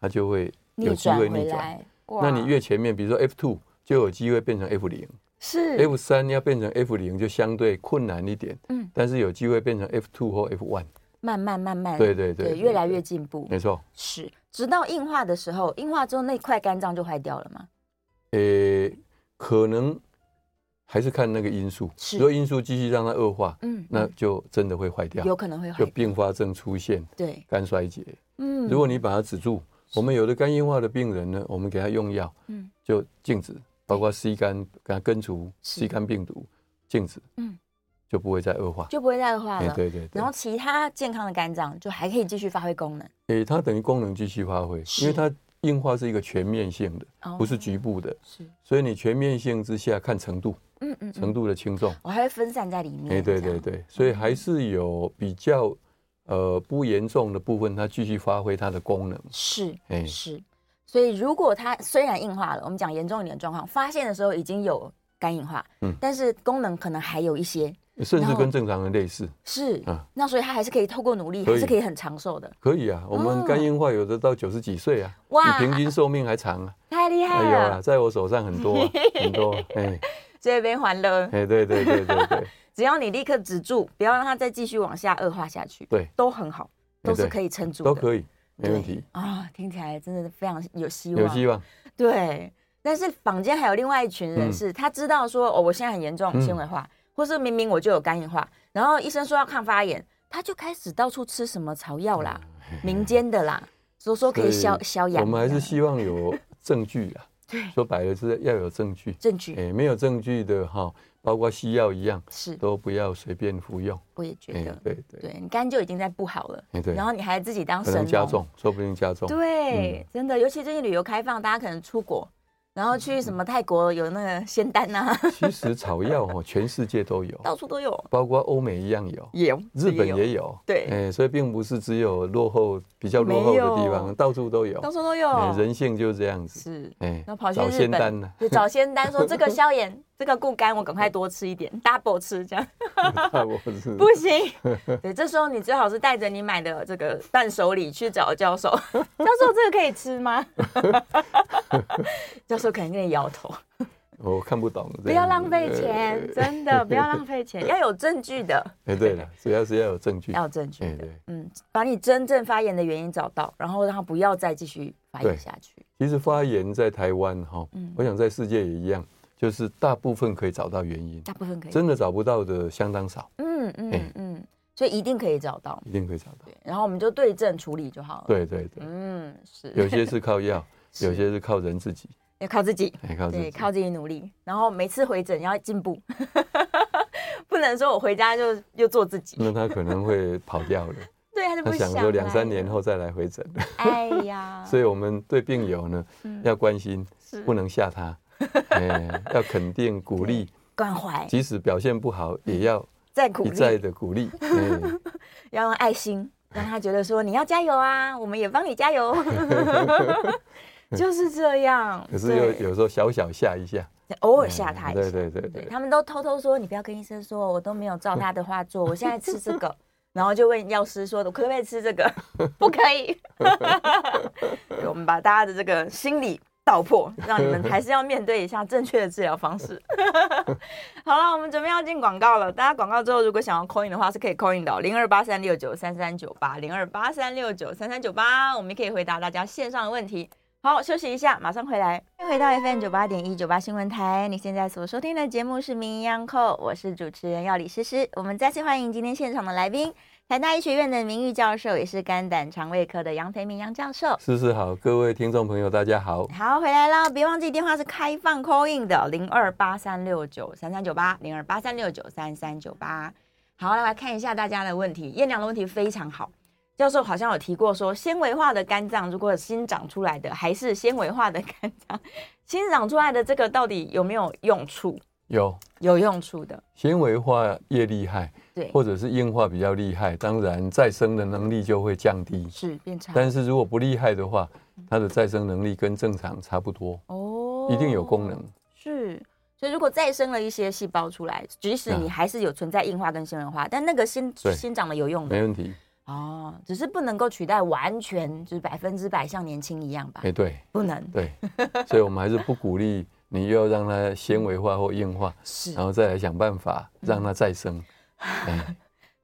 S3: 它就会有
S2: 逆
S3: 机
S2: 转
S3: 会
S2: 回
S3: 逆转。
S2: 来，
S3: 那
S2: 哇
S3: 你越前面，比如说 F two 就有机会变成 F 零。
S2: 是
S3: F 三要变成 F 零就相对困难一点，
S2: 嗯
S3: 嗯，但是有机会变成 F two 或 F one，
S2: 慢慢慢慢，
S3: 对对
S2: 对，
S3: 对对
S2: 越来
S3: 对
S2: 越进步，
S3: 没错。
S2: 是，直到硬化的时候，硬化之后那块肝脏就坏掉了嘛？
S3: 诶、可能还是看那个因素，
S2: 是
S3: 如果因素继续让它恶化，
S2: 嗯，
S3: 那
S2: 嗯
S3: 就真的会坏掉，
S2: 有可能会坏
S3: 就。并发症出现
S2: 对，
S3: 肝衰竭。
S2: 嗯，
S3: 如果你把它止住，我们有的肝硬化的病人呢，我们给他用药，
S2: 嗯
S3: 就禁止，包括 C 肝给他根除
S2: 是
S3: C 肝病毒，禁止，
S2: 嗯
S3: 嗯，就不会再恶化。
S2: 就不会再恶化
S3: 哎、
S2: 了。
S3: 对对对
S2: 然后。其他健康的肝脏就还可以继续发挥功能，
S3: 诶、哎它等于功能继续发挥，
S2: 是
S3: 因为它硬化是一个全面性的，
S2: 哦
S3: 不是局部的，
S2: 是，
S3: 所以你全面性之下看程度，
S2: 嗯嗯，
S3: 程
S2: 嗯，
S3: 度的轻重。
S2: 我还会分散在里面。
S3: 诶、对
S2: 这样
S3: 对，对，所以还是有比较呃不严重的部分，它继续发挥它的功能。
S2: 是
S3: 哎
S2: 是。所以如果它虽然硬化了，我们讲严重一点的状况，发现的时候已经有肝硬化，
S3: 嗯
S2: 但是功能可能还有一些
S3: 甚
S2: 然
S3: 至
S2: 后
S3: 跟正常人类似。
S2: 是，
S3: 啊
S2: 那所以他还是可以透过努力，
S3: 可以
S2: 还是可以很长寿的，
S3: 可以啊，我们肝硬化有的到九十几岁啊，
S2: 哦哇
S3: 比平均寿命还 长啊。
S2: 太厉害
S3: 哎呦啊，
S2: 了，
S3: 在我手上很多、 啊、很多、啊，哎
S2: 这边还了，
S3: 哎，对对对 对对，
S2: 只要你立刻止住，不要让它再继续往下恶化下去，
S3: 对，哎
S2: 都很好，都是
S3: 对
S2: 可以撑住的，
S3: 都可以，没问
S2: 对
S3: 题，
S2: 啊、听起来真的非常有希望，
S3: 有希望。
S2: 对，但是坊间还有另外一群人
S3: 嗯
S2: 是，他知道说哦，我现在很严重
S3: 嗯
S2: 纤维化，或是明明我就有肝硬化，然后医生说要抗发炎，他就开始到处吃什么草药啦，民间的啦，说说可以消
S3: 嗯所以
S2: 消炎的。
S3: 我们还是希望有证据啊。
S2: 对
S3: 说白了是要有证据，
S2: 证据，
S3: 哎，没有证据的哈，包括西药一样，
S2: 是
S3: 都不要随便服用。
S2: 我也觉
S3: 哎
S2: 得，，
S3: 对对，
S2: 对你肝就已经在不好了
S3: 哎，对
S2: 然后你还自己当
S3: 可
S2: 神
S3: 能加
S2: 农
S3: 重，嗯说不定加重。
S2: 对，真的，尤其最近旅游开放，大家可能出国，然
S3: 嗯
S2: 后去什么泰国有那个仙丹呐，
S3: 其实草药哈，全世界都有，
S2: 到处都有，
S3: 包括欧美一样有，
S2: 有
S3: 哦日本也有，
S2: 对
S3: 哎、所以并不是只有落后比较落后
S2: 没
S3: 的
S2: 有
S3: 地方，到处都有
S2: 到，处都
S3: 哎
S2: 有，
S3: 人性就是这样子，
S2: 是。
S3: 哎、
S2: 然后跑去
S3: 找
S2: 日
S3: 仙丹
S2: 本，
S3: 呢、
S2: 就找仙丹说这个消炎，这个固肝，我赶快多吃一点，double 吃这样
S3: 啊，我是
S2: 不行。对，这时候你最好是带着你买的这个伴手礼去找教授， 教授这个可以吃吗？ 教授可能跟你摇头，
S3: 我看不懂，
S2: 不要浪费钱，真的不要浪费钱，要有证据的，
S3: 哎、对了，主要是要有证据，
S2: 要有证
S3: 哎、
S2: 据的。
S3: 对，
S2: 嗯，把你真正发炎的原因找到，然后让它不要再继续发炎
S3: 对
S2: 下去。
S3: 其实发炎在台湾哈，
S2: 嗯
S3: 我想在世界也一样，就是大部分可以找到原因，
S2: 大部分可以，
S3: 真的找不到的相当少，
S2: 嗯嗯
S3: 哎
S2: 嗯，所以一定可以找到。
S3: 一定可以找到，
S2: 对，然后我们就对症处理就好了。
S3: 对对对，
S2: 嗯，是
S3: 有些是靠药，
S2: 是
S3: 有些是靠人自己，
S2: 要靠自己，
S3: 哎、靠自
S2: 对，
S3: 己，
S2: 靠自己努力，然后每次回诊要进步， 不能说我回家就又做自己，
S3: 那他可能会跑掉了。
S2: 对，他就
S3: 嗯他
S2: 不
S3: 想
S2: 想
S3: 说两三年
S2: 来
S3: 后再来回诊，
S2: 哎呀，
S3: 所以我们对病友呢
S2: 嗯
S3: 要关心，
S2: 是
S3: 不能 吓他，哎，要肯定鼓励，
S2: 关怀
S3: 即使表现不好也要
S2: 再嗯鼓
S3: 一
S2: 励，
S3: 再的 鼓励，哎，
S2: 要用爱心让他觉得说你要加油啊，我们也帮你加 油， 就是这样。
S3: 可是
S2: 对
S3: 又有时候小小吓一下，
S2: 偶尔吓他一下，
S3: 哎对对对
S2: 对
S3: 对，
S2: 他们都偷偷说，你不要跟医生说，我都没有照他的话做，我现在吃这个，然后就问药师说，我可不可以吃这个？不可以。 对我们把大家的这个心理道破，让你们还是要面对一下正确的治疗方式。 好了，我们准备要进广告了。大家广告之后，如果想要 coin 的话，是可以 coin 的哦零二八三六九三三九八零二八三六九三三九八，我们也可以回答大家线上的问题。好，休息一下，马上回来。欢迎回到 FM 九八点一九八新闻台，你现在所收听的节目是《名医央叩》，我是主持人药理诗诗。我们再次欢迎今天现场的来宾，台大医学院的名誉教授，也是肝胆肠胃科的杨培明杨教授。
S3: 思思好，各位听众朋友大家好，
S2: 好，回来啦！别忘记电话是开放 call in 的零二八三六九三三九八零二八三六九三三九八。好，来看一下大家的问题。燕良的问题非常好，教授好像有提过说，纤维化的肝脏如果新长出来的还是纤维化的肝脏， 新长出来的这个到底有没有用处？
S3: 有
S2: 有用处的，
S3: 纤维化越厉害，
S2: 对，
S3: 或者是硬化比较厉害，当然再生的能力就会降低，
S2: 是啊变差
S3: 但是如果不厉害的话，它的再生能力跟正常差不多，
S2: 哦
S3: 一定有功能。
S2: 是。所以，如果再生了一些细胞出来，即使你
S3: 啊
S2: 还是有存在硬化跟纤维化，但那个新
S3: 对
S2: 新长的有用的
S3: 没问题，
S2: 哦，只是不能够取代完全就是百分之百像年轻一样吧？
S3: 哎，对。
S2: 不能，
S3: 对，所以我们还是不鼓励你又要让它纤维化或硬化，
S2: 是
S3: 然后再来想办法让它再生。哎，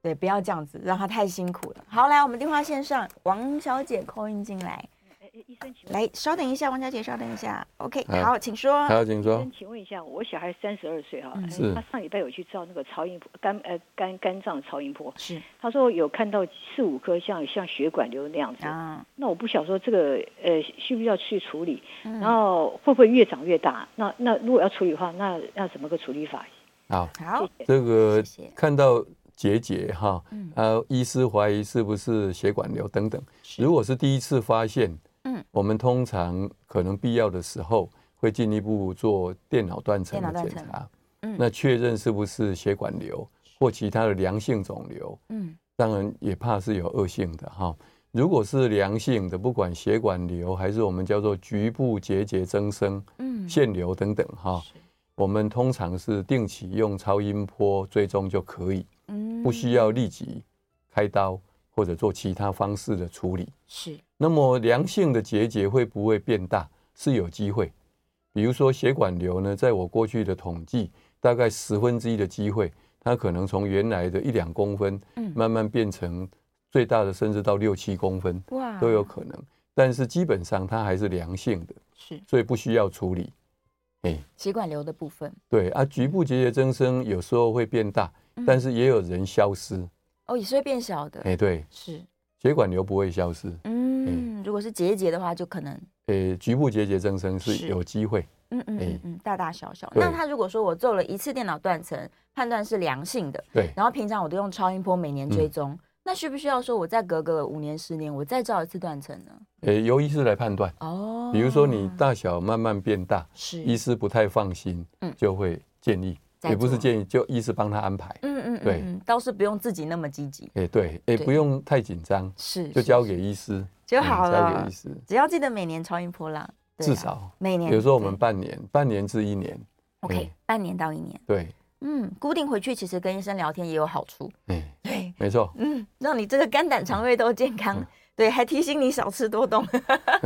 S2: 对，不要这样子，让他太辛苦了。好，来，我们电话线上，王小姐扣音进来，
S4: 哎，医生，请问，
S2: 来，稍等一下，王小姐，稍等一下，OK，
S3: 哎
S2: 好，请说。
S3: 还有请
S4: 医
S3: 说
S4: 生，，请问一下，我小孩三十二岁哈，
S2: 哦嗯
S4: 哎
S3: 是
S4: 他上礼拜有去照那个超音波，肝呃肝肝脏超音波，
S2: 是
S4: 他说有看到四五颗像像血管瘤那样子，
S2: 啊，
S4: 那我不想说这个呃需不需要去处理，
S2: 嗯
S4: 然后会不会越长越大？那那如果要处理的话，那那怎么个处理法？
S3: 好，
S2: 好，
S3: 这个
S2: 谢谢
S3: 看到结节哈
S2: 嗯，
S3: 啊，医师怀疑是不是血管瘤等等。如果是第一次发现，
S2: 嗯，
S3: 我们通常可能必要的时候会进一步做电脑断层
S2: 电
S3: 的
S2: 脑断
S3: 检
S2: 层
S3: 查，
S2: 嗯
S3: 那确认是不是血管瘤或其他的良性肿瘤。
S2: 嗯，
S3: 当然也怕是有恶性的哈。如果是良性的，不管血管瘤还是我们叫做局部结节增生、
S2: 嗯
S3: 啊腺瘤等等哈，我们通常是定期用超音波追踪就可以，
S2: 嗯
S3: 不需要立即开刀或者做其他方式的处理。
S2: 是
S3: 那么良性的结节会不会变大？是有机会。比如说血管瘤呢，在我过去的统计，大概十分之一的机会，它可能从原来的一两公分
S2: 嗯，
S3: 慢慢变成最大的，甚至到六七公分
S2: 哇
S3: 都有可能。但是基本上它还是良性的，
S2: 是
S3: 所以不需要处理。
S2: 血管瘤的部分
S3: 对啊，局部结节增生有时候会变大
S2: 嗯，
S3: 但是也有人消失。
S2: 哦，也是会变小的，
S3: 哎、对，
S2: 是
S3: 血管瘤不会消失，
S2: 嗯，如果是结节的话，就可能
S3: 呃、局部结节增生
S2: 是
S3: 是有机会。
S2: 嗯嗯嗯
S3: 哎
S2: 嗯，大大小小。
S3: 对
S2: 那他如果说我做了一次电脑断层，判断是良性的，
S3: 对，
S2: 然后平常我都用超音波每年
S3: 嗯
S2: 追踪，那需不需要说我再隔个五年、十年，我再照一次断层呢？
S3: 呃、由医师来判断。
S2: 哦，
S3: 比如说你大小慢慢变大，
S2: 是
S3: 医师不太放心，
S2: 哦嗯
S3: 就会建议，
S2: 再
S3: 也不是
S2: 做
S3: 建议，就医师帮他安排。
S2: 嗯嗯嗯
S3: 对
S2: 嗯，倒是不用自己那么积极，
S3: 哎、对，
S2: 对
S3: 哎、不用太紧张，
S2: 是
S3: 就是交
S2: 是
S3: 给医师
S2: 就
S3: 嗯
S2: 好
S3: 交
S2: 了
S3: 给医，师，
S2: 只要记得每年超音波啦，对啊
S3: 至少
S2: 每年。
S3: 有时候我们
S2: 对
S3: 半年、半年至一年，
S2: OK
S3: 哎
S2: 半年到一年，
S3: 对，
S2: 嗯，固定回去其实跟医生聊天也有好处，
S3: 哎、
S2: 对，
S3: 没错，
S2: 嗯，让你这个肝胆肠胃都健康。
S3: 嗯
S2: 对，还提醒你少吃多动，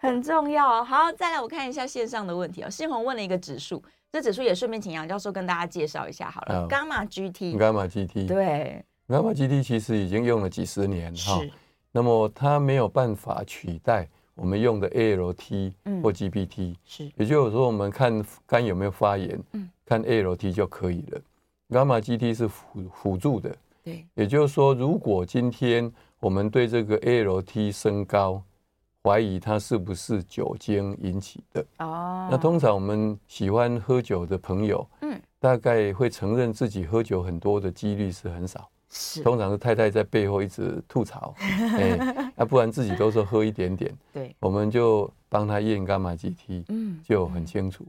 S2: 很重要。好，再来我看一下线上的问题哦。信宏问了一个指数，这指数也顺便请杨教授跟大家介绍一下好了。
S3: 好
S2: 伽马 GT，
S3: 伽马 GT，
S2: 对，
S3: 伽马 GT 其实已经用了几十年
S2: 是
S3: 哈，那么它没有办法取代我们用的 ALT
S2: 嗯
S3: 或 GPT，、
S2: 是，
S3: 也就是说，我们看肝有没有发炎，
S2: 嗯
S3: 看 ALT 就可以了。伽马 GT 是辅辅助的，
S2: 对，
S3: 也就是说，如果今天我们对这个 ALT 升高怀疑它是不是酒精引起的，
S2: 哦，
S3: 那通常我们喜欢喝酒的朋友，
S2: 嗯
S3: 大概会承认自己喝酒很多的几率是很少，
S2: 是，
S3: 通常是太太在背后一直吐 槽，哎，啊，不然自己都说喝一点点，
S2: 对，
S3: 我们就帮他验伽马 GT，
S2: 嗯，
S3: 就很清楚。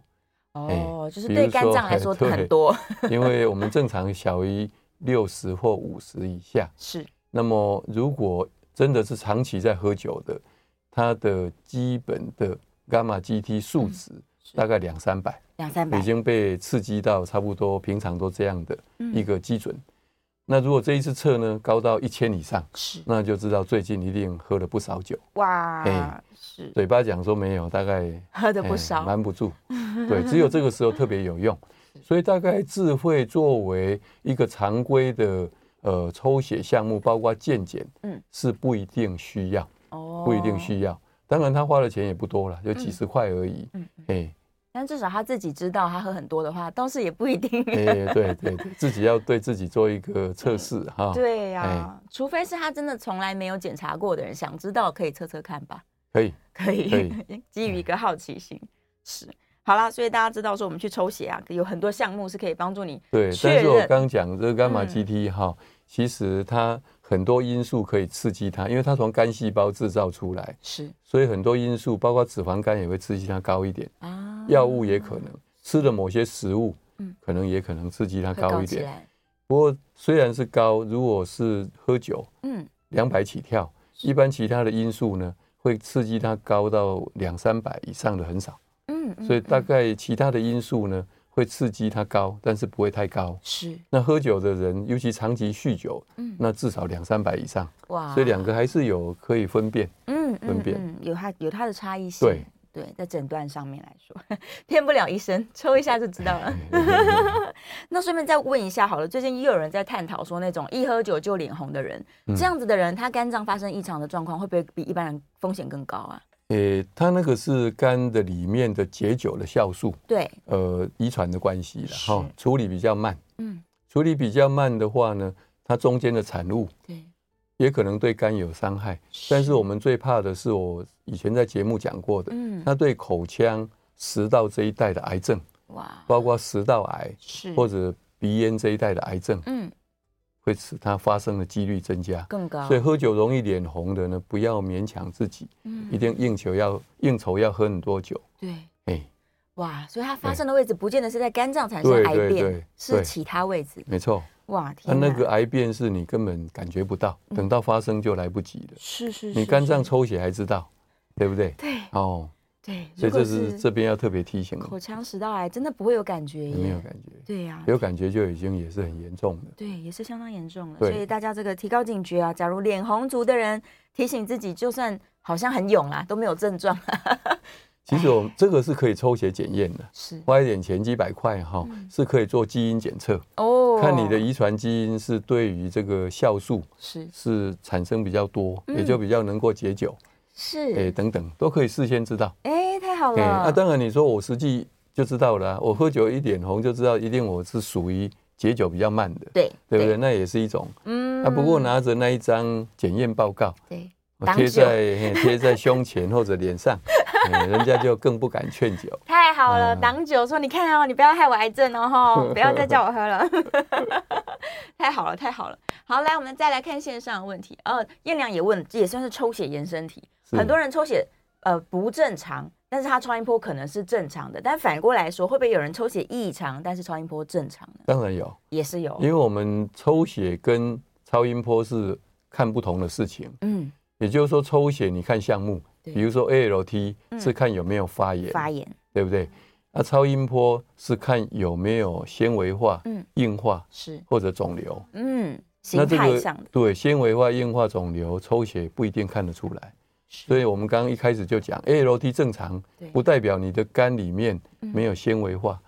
S2: 哦，
S3: 哎
S2: 就是
S3: 比
S2: 对
S3: 如
S2: 肝
S3: 说
S2: 脏来
S3: 哎
S2: 说
S3: 对
S2: 很多，
S3: 因为我们正常小于六十或五十以下，
S2: 是
S3: 那么如果真的是长期在喝酒的，它的基本的伽马 GT 数值
S2: 嗯是
S3: 大概两三百，
S2: 两三百
S3: 已，经被刺激到差不多平常都这样的一个基准。那如果这一次测呢高到一千以上，
S2: 是
S3: 那就知道最近一定喝了不少酒。
S2: 哇
S3: 哎，
S2: 是
S3: 嘴巴讲说没有，大概
S2: 喝的不
S3: 哎
S2: 少，
S3: 瞒不 住。对，只有这个时候特别有用。所以大概智慧作为一个常规的呃抽血项目，包括健检，
S2: 嗯
S3: 嗯，是不一定需要，
S2: 哦
S3: 不一定需要。当然他花的钱也不多了，就几十块而已。
S2: 嗯
S3: 嗯，哎
S2: 但至少他自己知道，他喝很多的话，倒是也不一定。
S3: 哎，对对对，自己要对自己做一个测试哈。，
S2: 对呀、
S3: 哎
S2: 除非是他真的从来没有检查过的人，想知道可以测测看吧，
S3: 可以，
S2: 可以，
S3: 可以 嗯
S2: 基于一个好奇心，是好啦。所以大家知道说，我们去抽血啊，有很多项目是可以帮助你
S3: 对。
S2: 确
S3: 但是我
S2: 认
S3: 刚讲这个伽马
S2: 嗯
S3: GT 哈，其实它很多因素可以刺激它，因为它从肝细胞制造出来，
S2: 是
S3: 所以很多因素，包括脂肪肝也会刺激它高一点。
S2: 啊
S3: 药物也可能吃的某些食物，
S2: 嗯
S3: 可能也可能刺激它
S2: 会
S3: 高一
S2: 起
S3: 点。
S2: 来，
S3: 不过虽然是高，如果是喝酒
S2: 嗯，
S3: 两百起跳，一般其他的因素呢会刺激它高到两三百以上的很少，
S2: 嗯嗯，
S3: 所以大
S2: 嗯
S3: 概其他的因素呢会刺激它高，但是不会太高。
S2: 嗯是
S3: 那喝酒的人，尤其长期酗酒，
S2: 嗯啊
S3: 那至少两三百以上，
S2: 哇
S3: 所以两个还是有可以 分辨。
S2: 嗯嗯
S3: 分辨
S2: 嗯，有它有它的差异性，
S3: 对
S2: 对，在诊断上面来说， 骗不了医生，抽一下就知道了。嗯那顺便再问一下好了，最近又有人在探讨说，那种一喝酒就脸红的人，
S3: 嗯
S2: 这样子的人，他肝脏发生异常的状况，会不会比一般人风险更高啊？
S3: 诶、它那个是肝的里面的解酒的酵素，
S2: 对，
S3: 呃遗传的关系了
S2: 是
S3: 哈，处理比较慢。
S2: 嗯，
S3: 处理比较慢的话呢，它中间的产物
S2: 对，
S3: 也可能对肝有伤害。但是我们最怕的是我以前在节目讲过的，
S2: 嗯，
S3: 它对口腔、食道这一带的癌症，
S2: 哇，
S3: 包括食道癌
S2: 是
S3: 或
S2: 者
S3: 者鼻咽这一带的癌症，
S2: 嗯
S3: 会使它发生的几率增加。
S2: 更高，
S3: 所以喝酒容易脸红的呢，不要勉强自己，
S2: 嗯
S3: 一定应酬要应酬要喝很多酒。
S2: 对，
S3: 哎、
S2: 哇，所以它发生的位置不见得是在肝脏产生
S3: 对
S2: 癌
S3: 对
S2: 变
S3: 对，
S2: 是
S3: 对
S2: 其他位置，
S3: 没错。
S2: 哇，
S3: 那
S2: 天哪，嗯
S3: 那个癌变是你根本感觉不到，等到发生就来不及了。
S2: 是是是，
S3: 你肝脏
S2: 是
S3: 抽血还知道，对不对？
S2: 对
S3: 哦，
S2: 对，
S3: 所
S2: 如
S3: 以
S2: 果
S3: 这是
S2: 是
S3: 这边要特别提醒，
S2: 口啊腔食道癌，真的不会有感觉耶，
S3: 没有感觉，
S2: 对呀、
S3: 有感觉就已经也是很严重的。
S2: 对，也是相当严重了。所
S3: 对
S2: 以大家这个提高警觉啊，假如脸红族的人提醒自己，就算好像很勇啦，啊都没有症状啦，
S3: 其实我们这个是可以抽血检验的，
S2: 是
S3: 花一点钱几百块哈、
S2: 嗯
S3: 是可以做基因检测，
S2: 哦
S3: 看你的遗传基因是对于这个酵素
S2: 是
S3: 是产生比较多，
S2: 嗯
S3: 也就比较能够解酒，哎、
S2: 是
S3: 等等都可以事先知道。
S2: 哎、太好
S3: 哎、
S2: 了，
S3: 那、当然你说我实际就知道了啊、我喝酒一脸红就知道一定我是属于解酒比较慢的，
S2: 对
S3: 对不对？？那也是一种。啊
S2: 嗯
S3: 那、不过拿着那一张检验报告
S2: 对
S3: 我
S2: 挡
S3: 贴
S2: 酒
S3: 在嘿贴在胸前或者脸 上、哎人家就更不敢劝酒。
S2: 太好了，
S3: 嗯
S2: 挡酒说你看哦，你不要害我癌症哦， 吼，不要再叫我喝了。 太好了，太好了。好，来，我们再来看线上的问题。呃，燕良也问，这也算是抽血延伸题。
S3: 是
S2: 很多人抽血呃不正常，但是他超音波可能是正常的。但反过来说，会不会有人抽血异常，但是超音波正常呢？
S3: 当然有，
S2: 也是有
S3: 因。为我们抽血跟超音波是看不同的事情。
S2: 嗯，
S3: 也就是说，抽血你看项目，
S2: 对
S3: 比如说 ALT
S2: 嗯
S3: 是看有没有发炎，
S2: 发炎
S3: 对不对？那超音波是看有没有纤维化、
S2: 嗯
S3: 硬化
S2: 是
S3: 或者肿瘤。
S2: 嗯
S3: 那
S2: 形
S3: 这
S2: 态
S3: 个
S2: 上的
S3: 对纤维化、硬化、肿瘤，抽血不一定看得出来。所以我们刚刚一开始就讲，ALT 正常
S2: 对，
S3: 不代表你的肝里面没有纤维化、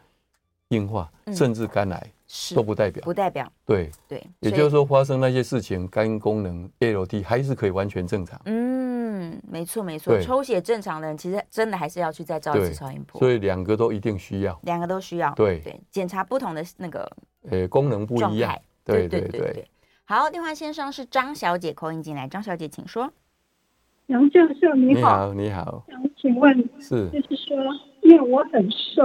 S3: 硬化，
S2: 嗯
S3: 甚至肝癌
S2: 是
S3: 都不代表
S2: 不。代表
S3: 对，
S2: 对，
S3: 也
S2: 所
S3: 就
S2: 以
S3: 是说发生那些事情，肝功能 ALT 还是可以完全正常。
S2: 嗯，没错没错，
S3: 对
S2: 抽血正常的人其实真的还是要去再照一次
S3: 对
S2: 超音波，
S3: 所以两个都一定需要，
S2: 两个都需要。
S3: 对
S2: 对，检查不同的那个
S3: 呃，功能不
S2: 状
S3: 一样
S2: 态。。
S3: 对对对，。
S2: 好，电话线上是张小姐口音进来，张小姐请说。
S5: 杨教授你
S3: 你
S5: 好，
S3: 好，你好，
S5: 想请问，
S3: 是
S5: 就是说，因为我很瘦，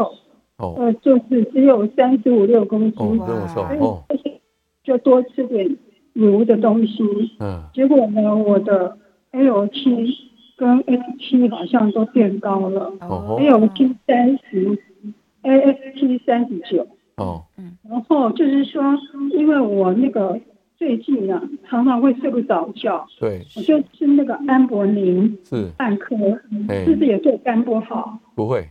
S3: 哦
S5: 呃，就是只有三十五六公
S3: 哦，
S5: 斤，
S3: 这么瘦
S2: 哇
S3: 哦，
S5: 所以就多吃点油的东西。
S3: 嗯，
S5: 结果呢，我的 ALT 跟 AT 好像都变高了
S3: 哦
S5: ，ALT 三十，AST 三十九。
S3: 哦，
S5: 然后就是说，因为我那个最近啊，常常会睡不着觉，
S3: 对，
S5: 我就吃那个安博宁
S3: 是，
S5: 半颗，
S3: 哎
S5: 是不是也对肝不好？
S3: 不会，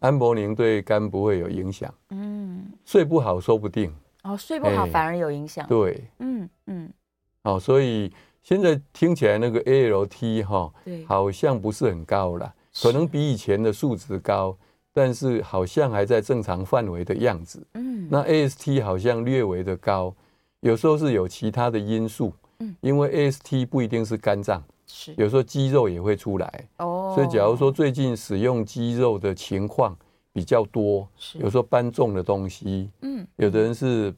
S3: 安博宁对肝不会有影响，
S2: 嗯，
S3: 睡不好说不定，
S2: 哦，睡不好
S3: 哎
S2: 反而有影响。
S3: 对，
S2: 嗯嗯，
S3: 哦，所以现在听起来那个 ALT 哈，
S2: 对，
S3: 好像不是很高了，
S2: 是
S3: 可能比以前的数值高，但是好像还在正常范围的样子。
S2: 嗯，
S3: 那 AST 好像略微的高，有时候是有其他的因素，
S2: 嗯
S3: 因为 AST 不一定是肝脏，
S2: 是
S3: 有时候肌肉也会出来，
S2: 哦
S3: 所以假如说最近使用肌肉的情况比较多，
S2: 是
S3: 有时候搬重的东西，
S2: 嗯
S3: 有的人是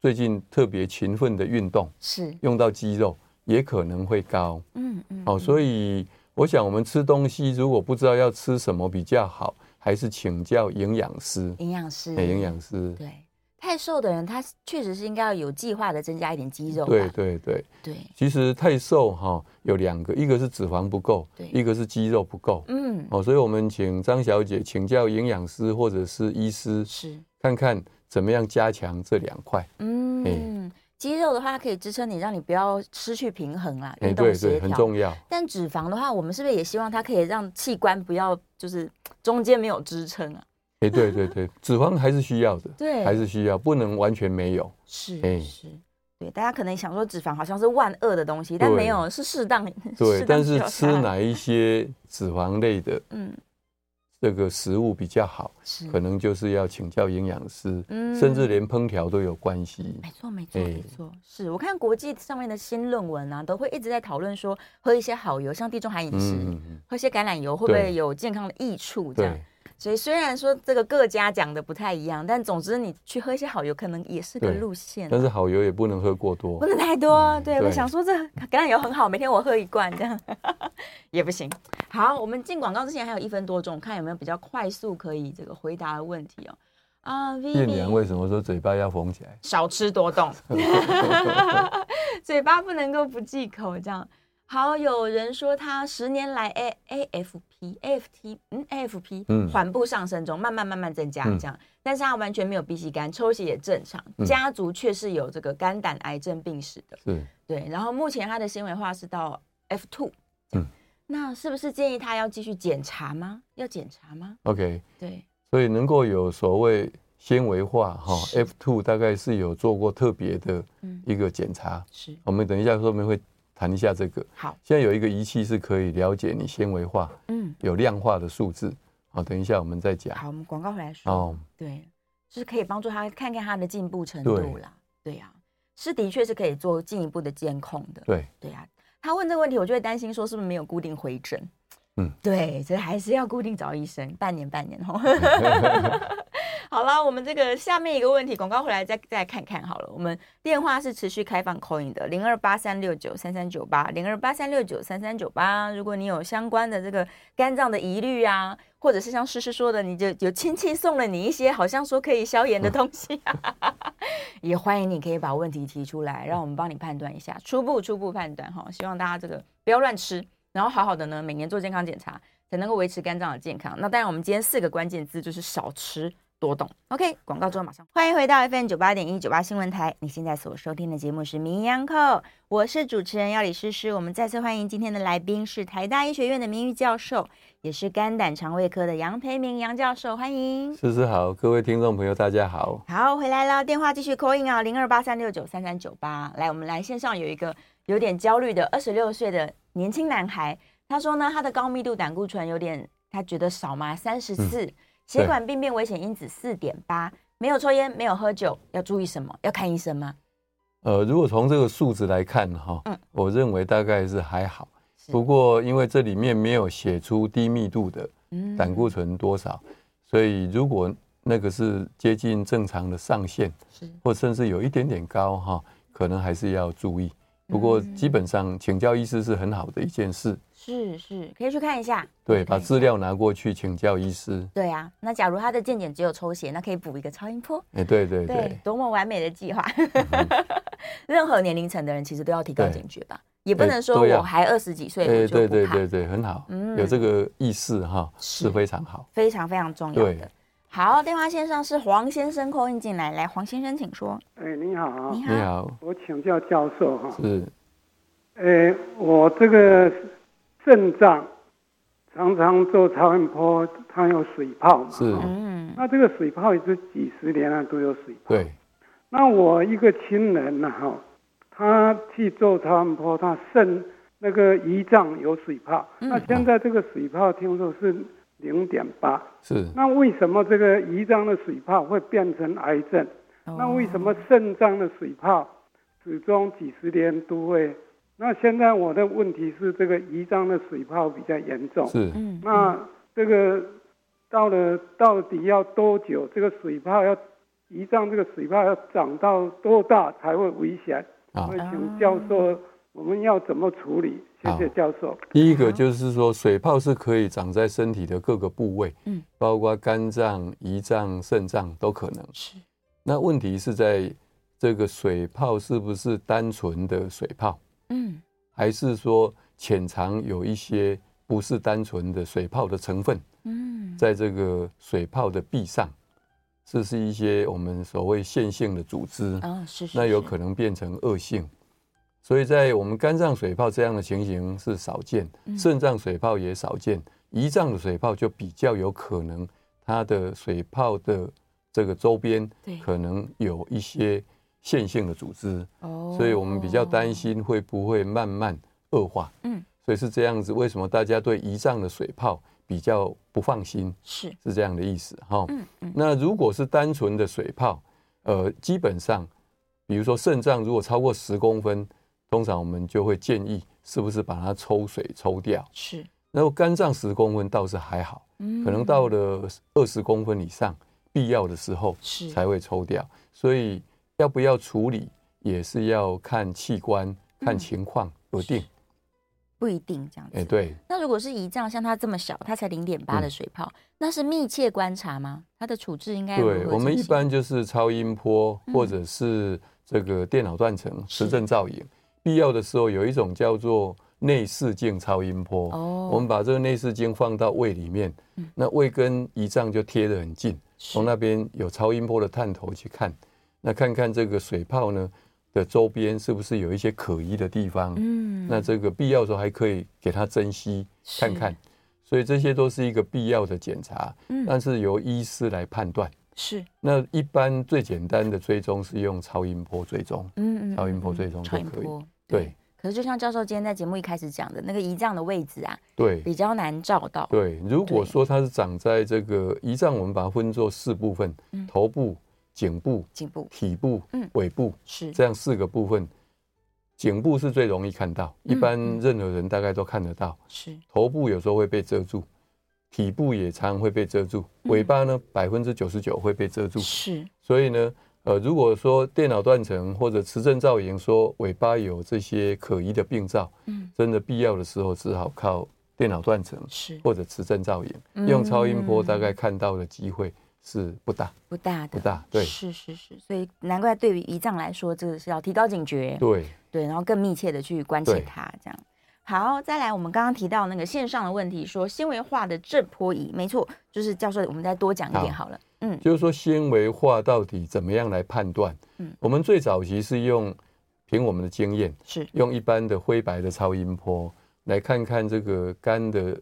S3: 最近特别勤奋的运动，
S2: 是
S3: 用到肌肉也可能会高。
S2: 嗯嗯
S3: 哦，所以我想我们吃东西如果不知道要吃什么比较好，还是请教营养师。
S2: 营养师
S3: 哎，营养师，
S2: 对太瘦的人，他确实是应该要有计划的增加一点肌肉吧。
S3: 对对对，
S2: 对，
S3: 其实太瘦哈、有两个，一个是脂肪不够
S2: 对，
S3: 一个是肌肉不够。
S2: 嗯
S3: 哦，所以我们请张小姐请教营养师或者是医师，
S2: 是
S3: 看看怎么样加强这两块。
S2: 嗯。
S3: 哎
S2: 肌肉的话可以支撑你，让你不要失去平衡啦，
S3: 哎，
S2: 运动
S3: 对
S2: 协
S3: 对，很
S2: 调。
S3: 重要。
S2: 但脂肪的话，我们是不是也希望它可以让器官不要就是中间没有支撑啊？
S3: 哎，对对对，脂肪还是需要的，
S2: 对
S3: 还是需要，不能完全没有。
S2: 是
S3: 哎
S2: 是，对，大家可能想说脂肪好像是万恶的东西，但
S3: 对
S2: 没有，是适当。
S3: 对，
S2: 适当
S3: 但是
S2: 调
S3: 吃
S2: 查？
S3: 哪一些脂肪类的
S2: 嗯，
S3: 这个食物比较好，
S2: 是，
S3: 可能就是要请教营养师，
S2: 嗯
S3: 甚至连烹调都有关系。
S2: 没错，没错，
S3: 哎
S2: 没错。是我看国际上面的新论文啊，都会一直在讨论说，喝一些好油，像地中海饮食，
S3: 嗯嗯嗯
S2: 喝一些橄榄油会不会
S3: 对
S2: 有健康的益处？这样
S3: 对。，
S2: 所以虽然说这个各家讲的不太一样，但总之你去喝一些好油，可能也是个
S3: 对
S2: 路线啊。
S3: 但是好油也不能喝过多
S2: 不。能太多，对我
S3: 对
S2: 想说这橄榄油很好，每天我喝一罐这样也不行。好，我们进广告之前还有一分多钟，看有没有比较快速可以这个回答的问题哦。啊
S3: 艳娘
S2: ，Vivi，
S3: 为什么说嘴巴要缝起来？
S2: 少吃多动， 嘴巴不能够不忌口这样。好，有人说他十年来 A A F P A F T 嗯 A F P
S3: 嗯
S2: 缓步上升中，慢慢慢慢增加
S3: 嗯
S2: 这样，但是他完全没有 B 型肝，抽血也正常，
S3: 嗯
S2: 家族却是有这个肝胆癌症病史的。
S3: 是
S2: 对，然后目前它的纤维化是到 F two，
S3: 嗯，
S2: 那是不是建议他要继续检查吗？要检查吗？
S3: OK，
S2: 对，
S3: 所以能够有所谓纤维化哈
S2: 是
S3: F two 大概是有做过特别的
S2: 嗯，
S3: 一个检查。
S2: 是
S3: 我们等一下后面会谈一下这个。
S2: 好，
S3: 现在有一个仪器是可以了解你纤维化
S2: 嗯，
S3: 有量化的数字。好，等一下我们再讲。
S2: 好，我们广告回来说。
S3: 啊哦，
S2: 对，就是可以帮助他看看他的进步程度
S3: 对
S2: 啦。对呀、是的确是可以做进一步的监控的。
S3: 对，
S2: 对呀、他问这个问题，我就会担心说是不是没有固定回诊。
S3: 嗯，
S2: 对，所以还是要固定找医生，半年半年哦。好啦，我们这个下面一个问题，广告回来再再看看好了。我们电话是持续开放 coin 的，零二八三六九三三九八，零二八三六九三三九八。如果你有相关的这个肝脏的疑虑啊，或者是像诗诗说的，你就有亲戚送了你一些好像说可以消炎的东西啊，也欢迎你可以把问题提出来，让我们帮你判断一下，初步初步判断哈。希望大家这个不要乱吃，然后好好的呢，每年做健康检查，才能够维持肝脏的健康。那当然，我们今天四个关键字就是少吃。多动，OK，广告之后马上欢迎回到 FM 九八点一九八新闻台。你现在所收听的节目是《名医央叩》，我是主持人药理诗诗。我们再次欢迎今天的来宾是台大医学院的名誉教授，也是肝胆肠胃科的杨培明杨教授，欢迎。
S3: 思思好，各位听众朋友大家好。
S2: 好，回来了，电话继续 call in 啊，零二八三六九三三九八。来，我们来线上有一个有点焦虑的二十六岁的年轻男孩，他说呢，他的高密度胆固醇有点，他觉得少吗？三十四，
S3: 嗯
S2: 血管病变危险因子四点八，没有抽烟，没有喝酒，要注意什么？要看医生吗？
S3: 呃，如果从这个数值来看哈
S2: 嗯，
S3: 我认为大概是还好。
S2: 是
S3: 不过因为这里面没有写出低密度的
S2: 嗯
S3: 胆固醇多少，所以如果那个是接近正常的上限，
S2: 是
S3: 或甚至有一点点高哈，可能还是要注意。不过
S2: 嗯
S3: 基本上请教医师是很好的一件事，
S2: 是是，可以去看一下。
S3: 对，
S2: 去
S3: 把
S2: 看一下
S3: 资。料拿过去请教医师。
S2: 对啊，那假如他的健检只有抽血，那可以补一个超音波。
S3: 哎，对对
S2: 对
S3: 对，，嗯
S2: 多么完美的计划！ 任何年龄层的人其实都要提高
S3: 对
S2: 警觉吧，也不
S3: 哎
S2: 能说
S3: 对呀
S2: 我还二十几岁
S3: 哎
S2: 我就
S3: 对
S2: 不
S3: 对
S2: 怕，
S3: 对对，很好
S2: 嗯，
S3: 有这个意识哈
S2: 是
S3: 是非常好。
S2: 非常非常重要的
S3: 对。
S2: 好，电话线上是黄先生扣印进来，来，黄先生请说。
S6: 哎，你好啊，
S2: 你
S3: 你
S2: 好，
S3: 好，
S6: 我请教教授哈、
S3: 是
S6: 哎，我这个肾脏常常做超音波，它有水泡嘛，
S3: 是
S6: 哈
S2: 嗯，
S6: 那这个水泡也是几十年了都有水泡。
S3: 对，
S6: 那我一个亲人呢、哈，他去做超音波，他肾那个胰脏有水泡，
S2: 嗯
S6: 那现在这个水泡听说是零点八，
S3: 是
S6: 那为什么这个胰脏的水泡会变成癌症？
S2: 哦
S6: 那为什么肾脏的水泡始终几十年都会？那现在我的问题是，这个胰脏的水泡比较严重。
S3: 是
S2: 哦？嗯，
S6: 那这个到了到底要多久？这个水泡要胰脏这个水泡要长到多大才会危险？
S3: 啊
S6: 我。请教授，我们要怎么处理？谢谢
S3: 好
S6: 教授。
S3: 第
S2: 嗯
S3: 一个就是说，水泡是可以长在身体的各个部位，
S2: 嗯，
S3: 包括肝脏、胰脏、肾脏都可能。
S2: 是
S3: 那问题是在这个水泡是不是单纯的水泡，
S2: 嗯
S3: 还是说潜藏有一些不是单纯的水泡的成分，
S2: 嗯，
S3: 在这个水泡的壁上，这是一些我们所谓线性的组织，
S2: 哦是是，
S3: 那有
S2: 是
S3: 可能变成恶性。所以在我们肝脏水泡这样的情形是少见，
S2: 嗯
S3: 肾脏水泡也少见，胰脏的水泡就比较有可能，它的水泡的这个周边
S2: 对
S3: 可能有一些线性的组织，
S2: 哦
S3: 所以我们比较担心会不会慢慢恶化。
S2: 嗯，
S3: 所以是这样子，为什么大家对胰脏的水泡比较不放心？
S2: 是
S3: 是这样的意思哈。
S2: 嗯嗯
S3: 那如果是单纯的水泡，呃，基本上，比如说肾脏如果超过十公分，通常我们就会建议是不是把它抽水抽掉。
S2: 是，
S3: 然后肝脏十公分倒是还好，
S2: 嗯
S3: 可能到了二十公分以上，必要的时候
S2: 是
S3: 才会抽掉。所以要不要处理，也是要看器官、
S2: 嗯
S3: 看情况而定。
S2: 不一定这样子。
S3: 哎，对，
S2: 那如果是胰脏像他这么小，他才零点八的
S3: 嗯
S2: 水泡，那是密切观察吗？他的处置应该
S3: 对
S2: 如何
S3: 我们
S2: 进
S3: 一
S2: 行
S3: 般就是超音波
S2: 嗯
S3: 或者是这个电脑断层、
S2: 是
S3: 磁振造影，必要的时候有一种叫做内视镜超音波。
S2: 哦，嗯
S3: 我们把这个内视镜放到胃里面，那胃跟胰脏就贴得很近，
S2: 是
S3: 从那边有超音波的探头去看，那看看这个水泡呢，的周边是不是有一些可疑的地方？
S2: 嗯，
S3: 那这个必要的时候还可以给它珍惜
S2: 是
S3: 看看，所以这些都是一个必要的检查，
S2: 嗯
S3: 但是由医师来判断。
S2: 是，
S3: 那一般最简单的追踪是用超音波追踪，
S2: 嗯嗯，
S3: 超音波
S2: 嗯
S3: 追踪
S2: 超
S3: 就
S2: 音
S3: 可以
S2: 波
S3: 对。
S2: 可是就像教授今天在节目一开始讲的，那个胰脏的位置啊，
S3: 对
S2: 比较难照到。
S3: 对，如果
S2: 对
S3: 说它是长在这个胰脏，我们把它分作四部分：
S2: 嗯
S3: 头部、颈部、
S2: 颈部
S3: 体部
S2: 嗯、
S3: 尾部，
S2: 是，
S3: 这样四个部分。颈部是最容易看到，一
S2: 嗯
S3: 般
S2: 嗯
S3: 任何人大概都看得到。
S2: 是，
S3: 头部有时候会被遮住，体部也常会被遮住，
S2: 嗯
S3: 尾巴呢百分之九十九会被遮住。
S2: 是，
S3: 所以呢，呃，如果说电脑断层或者磁振造影说尾巴有这些可疑的病灶，
S2: 嗯，
S3: 真的必要的时候只好靠电脑断层
S2: 是
S3: 或者磁振造影，
S2: 嗯
S3: 用超音波大概看到的机会是不大。
S2: 不大的，
S3: 不大对
S2: 是是是，所以难怪对于胰脏来说，这个是要提高警觉，
S3: 对
S2: 对，然后更密切的去关切
S3: 对
S2: 它，这样。好，再来，我们刚刚提到那个线上的问题，说纤维化的正坡移，没错，就是教授，我们再多讲一点好了。嗯，
S3: 就是说纤维化到底怎么样来判断？
S2: 嗯
S3: 我们最早期是用凭我们的经验，
S2: 是，
S3: 用一般的灰白的超音波来看看这个肝的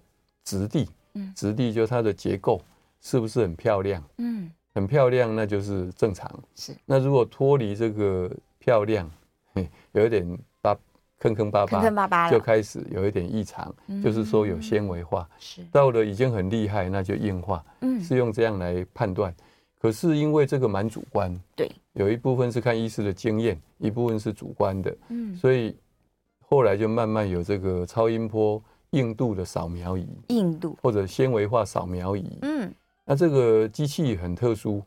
S3: 质地，
S2: 嗯
S3: 质地就是它的结构是不是很漂亮，
S2: 嗯，
S3: 很漂亮那就是正常。
S2: 是，
S3: 那如果脱离这个漂亮，嘿有一点巴坑坑巴巴，
S2: 坑坑巴巴了嗯
S3: 就开始有一点异常，就是说有纤维化。
S2: 是，
S3: 到了已经很厉害，那就硬化，
S2: 嗯，
S3: 是用这样来判断。可是因为这个蛮主观，
S2: 对，
S3: 有一部分是看医师的经验，一部分是主观的，
S2: 嗯，
S3: 所以后来就慢慢有这个超音波硬度的扫描仪
S2: 印度，
S3: 或者纤维化扫描仪。
S2: 嗯，
S3: 那这个机器很特殊，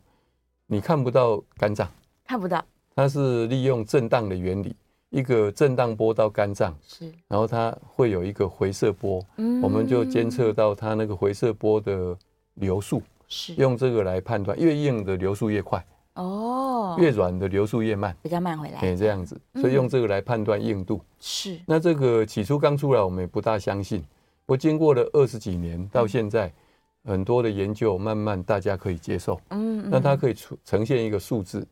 S3: 你看不到肝脏，
S2: 看不到，
S3: 它是利用震荡的原理，一个震荡波到肝脏，
S2: 是，
S3: 然后它会有一个回射波，
S2: 嗯
S3: 我们就监测到它那个回射波的流速，
S2: 是
S3: 用这个来判断，越硬的流速越快，
S2: 哦，嗯
S3: 越软的流速越慢，
S2: 比较慢回来，
S3: 哎，这样子，所以用这个来判断硬度。
S2: 是，
S3: 那这个起初刚出来，我们也不大相信。我经过了二十几年，到现在很多的研究，慢慢大家可以接受。
S2: 嗯，
S3: 那它
S2: 嗯
S3: 可以出呈现一个数字，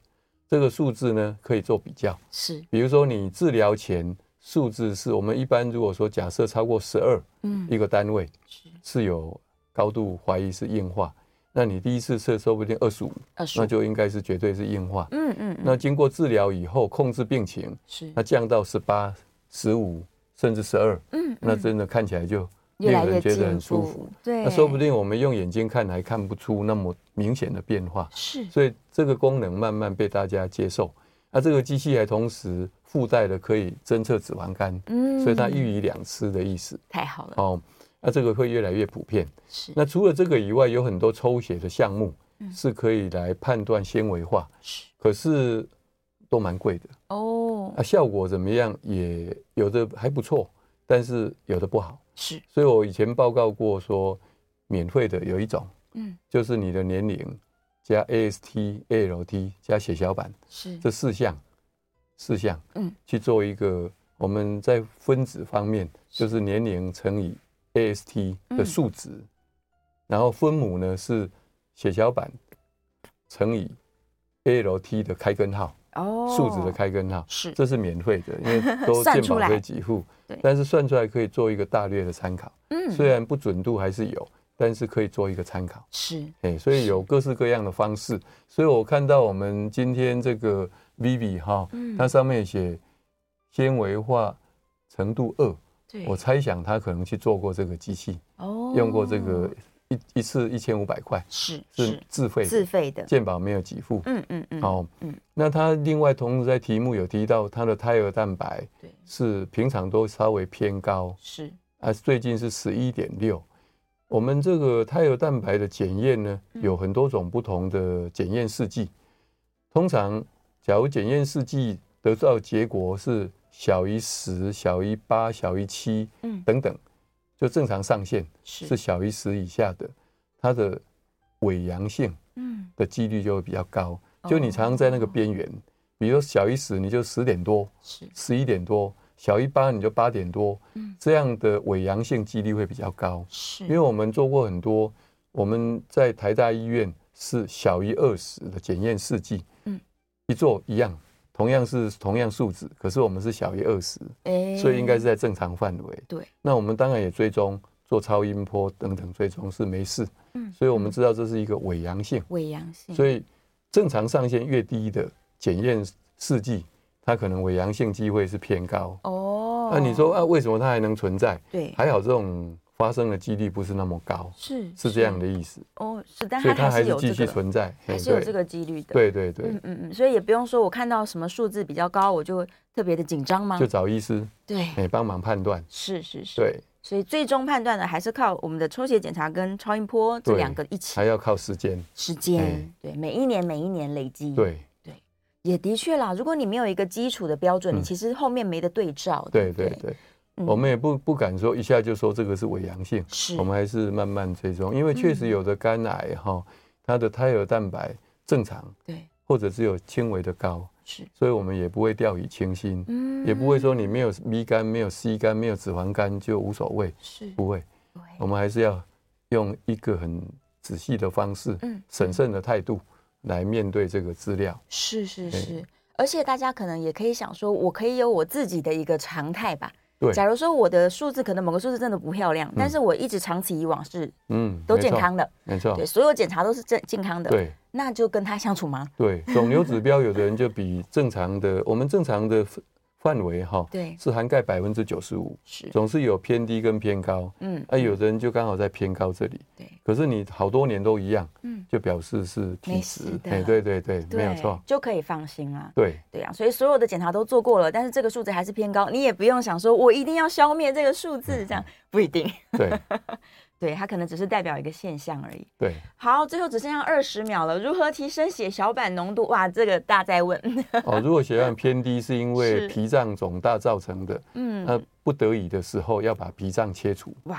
S3: 这个数字呢可以做比较。
S2: 是，
S3: 比如说你治疗前数字是我们一般如果说假设超过十二
S2: 嗯，
S3: 一个单位
S2: 是
S3: 是有高度怀疑是硬化，那你第一次测说不定二十五，
S2: 二十，
S3: 那就应该是绝对是硬化。
S2: 嗯嗯，嗯
S3: 那经过治疗以后控制病情，
S2: 是，
S3: 那降到十八、十五甚至十二，
S2: 嗯，
S3: 那
S2: 嗯
S3: 真的看起来就
S2: 越来
S3: 令
S2: 越
S3: 人觉
S2: 进
S3: 得很舒
S2: 步
S3: 服。，
S2: 对，
S3: 那说不定我们用眼睛看还看不出那么明显的变化，
S2: 是
S3: 所以这个功能慢慢被大家接受。那这个机器还同时附带了可以侦测脂肪肝，
S2: 嗯
S3: 所以它一鱼两吃的意思
S2: 太好了，
S3: 哦。那这个会越来越普遍。
S2: 是
S3: 那除了这个以外，有很多抽血的项目是可以来判断纤维化，
S2: 是
S3: 可是都蛮贵的。
S2: 哦
S3: 啊，，效果怎么样？也有的还不错，但是有的不好。
S2: 是
S3: 所以我以前报告过说，免费的有一种，
S2: 嗯，
S3: 就是你的年龄加 AST、ALT 加血小板
S2: 是
S3: 这四项，四项，
S2: 嗯，
S3: 去做一个我们在分子方面，就是年龄乘以 AST
S2: 嗯
S3: 的数值，然后分母呢是血小板乘以 ALT 的开根号，
S2: 哦
S3: 数值的开根号。
S2: 是
S3: 这是免费的， 因为都
S2: 算
S3: 健
S2: 出
S3: 保
S2: 来
S3: 会给付
S2: 对，
S3: 但是算出来可以做一个大略的参考。
S2: 嗯
S3: 虽然不准度还是有，但是可以做一个参考。
S2: 是
S3: 哎，所以有各式各样的方式。所以我看到我们今天这个 Vivi 哈，
S2: 嗯
S3: 它上面写纤维化程度二，
S2: 对
S3: 我猜想他可能去做过这个机器，
S2: 哦
S3: 用过这个一一次一千五百块
S2: 是
S3: 是
S2: 是
S3: 自费的，
S2: 自费的，
S3: 健保没有给付。
S2: 嗯嗯嗯，
S3: 哦，
S2: 嗯
S3: 那他另外同时在题目有提到他的胎儿蛋白
S2: 对
S3: 是平常都稍微偏高，
S2: 是
S3: 啊，最近是十一点六。我们这个胎儿蛋白的检验呢，有很多种不同的检验试剂。通常，假如检验试剂得到结果是小于十、小于八、小于七
S2: 嗯
S3: 等等，就正常上限是
S2: 是
S3: 小于十以下的，它的伪阳性
S2: 嗯
S3: 的几率就会比较高。
S2: 哦
S3: 就你常常在那个边缘，比如说小于十，你就十点多，
S2: 是
S3: 十一点多，小于八你就八点多，
S2: 嗯
S3: 这样的伪阳性几率会比较高。
S2: 是
S3: 因为我们做过很多，我们在台大医院是小于二十的检验试剂，
S2: 嗯
S3: 一做一样，同样是同样数值，可是我们是小于二十，
S2: 哎
S3: 所以应该是在正常范围。
S2: 对，
S3: 那我们当然也追踪做超音波等等追踪是没事，
S2: 嗯
S3: 所以我们知道这是一个伪阳性，
S2: 伪阳性，
S3: 所以正常上限越低的检验试剂，它可能伪阳性机会是偏高。
S2: 哦，
S3: 那你说啊，为什么它还能存在？
S2: 对，
S3: 还好这种发生的几率不是那么高，
S2: 是
S3: 是这样的意思，
S2: 哦，是，但
S3: 所以
S2: 它
S3: 它还
S2: 还是
S3: 是
S2: 有
S3: 继
S2: 这
S3: 续
S2: 个，
S3: 存在，
S2: 还
S3: 嘿
S2: 是有
S3: 对
S2: 这个几率的，，
S3: 对对对
S2: 嗯，嗯嗯，所以也不用说我看到什么数字比较高，我就特别的紧张吗
S3: 就？找医师
S2: 对，
S3: 哎帮忙判断，
S2: 是是是，
S3: 对，
S2: 所以最终判断的还是靠我们的抽血检查跟超音波这
S3: 对
S2: 两个一起
S3: 还要靠时间，
S2: 时间
S3: 哎，
S2: 对，每一年每一年累积，，
S3: 对
S2: 也的确啦，如果你没有一个基础的标准，你
S3: 嗯
S2: 其实后面没得对照，
S3: 对
S2: 不
S3: 对，对，
S2: 嗯
S3: 我们也不不敢说一下就说这个是伪阳性，
S2: 是
S3: 我们还是慢慢追踪，
S2: 嗯
S3: 因为确实有的肝癌哈，它的胎儿蛋白正常
S2: 对
S3: 或者只有轻微的高，
S2: 是，
S3: 所以我们也不会掉以轻心，
S2: 嗯
S3: 也不会说你没有 B 肝、没有 C 肝、没有脂肪肝就无所谓，
S2: 是，
S3: 不会。
S2: 对
S3: 我们还是要用一个很仔细的方式，
S2: 嗯
S3: 审慎的态度来面对这个资料。
S2: 是是
S3: 对
S2: 是，而且大家可能也可以想说，我可以有我自己的一个常态吧。
S3: 对
S2: 假如说我的数字可能某个数字真的不漂亮，但是我一直长此以往是
S3: 嗯，
S2: 都
S3: 没错
S2: 健康，的，
S3: 没错
S2: 对，，所有检查都是正健康的，，
S3: 对
S2: 那就跟他相处吗？
S3: 对，肿瘤指标有的人就比正常的，我们正常的范围哈，
S2: 对
S3: 是涵盖百分之九十五，
S2: 是，
S3: 总是有偏低跟偏高，
S2: 嗯，
S3: 啊，有的人就刚好在偏高这里，
S2: 对，
S3: 可是你好多年都一样，
S2: 嗯，
S3: 就表示是体
S2: 没
S3: 质
S2: 事，的
S3: 哎，对对对，
S2: 对
S3: 没有错，，
S2: 就可以放心啦。
S3: 对
S2: 对啊，所以所有的检查都做过了，但是这个数值还是偏高，你也不用想说我一定要消灭这个数
S3: 嗯
S2: 字，这样不一定。
S3: 对
S2: 对，它可能只是代表一个现象而已。
S3: 对，
S2: 好，最后只剩下二十秒了。如何提升血小板浓度？哇，这个大在问。
S3: 哦，如果血氧偏低是因为
S2: 是
S3: 脾脏肿大造成的，
S2: 嗯，
S3: 那不得已的时候要把脾脏切除。
S2: 哇，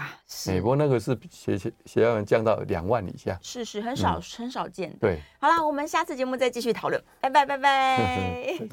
S3: 美
S2: 是
S3: 国那个是血血血压降到两万以下。
S2: 是
S3: 嗯
S2: 是，很少、很少见的。
S3: 对，
S2: 好啦，我们下次节目再继续讨论。拜拜拜拜。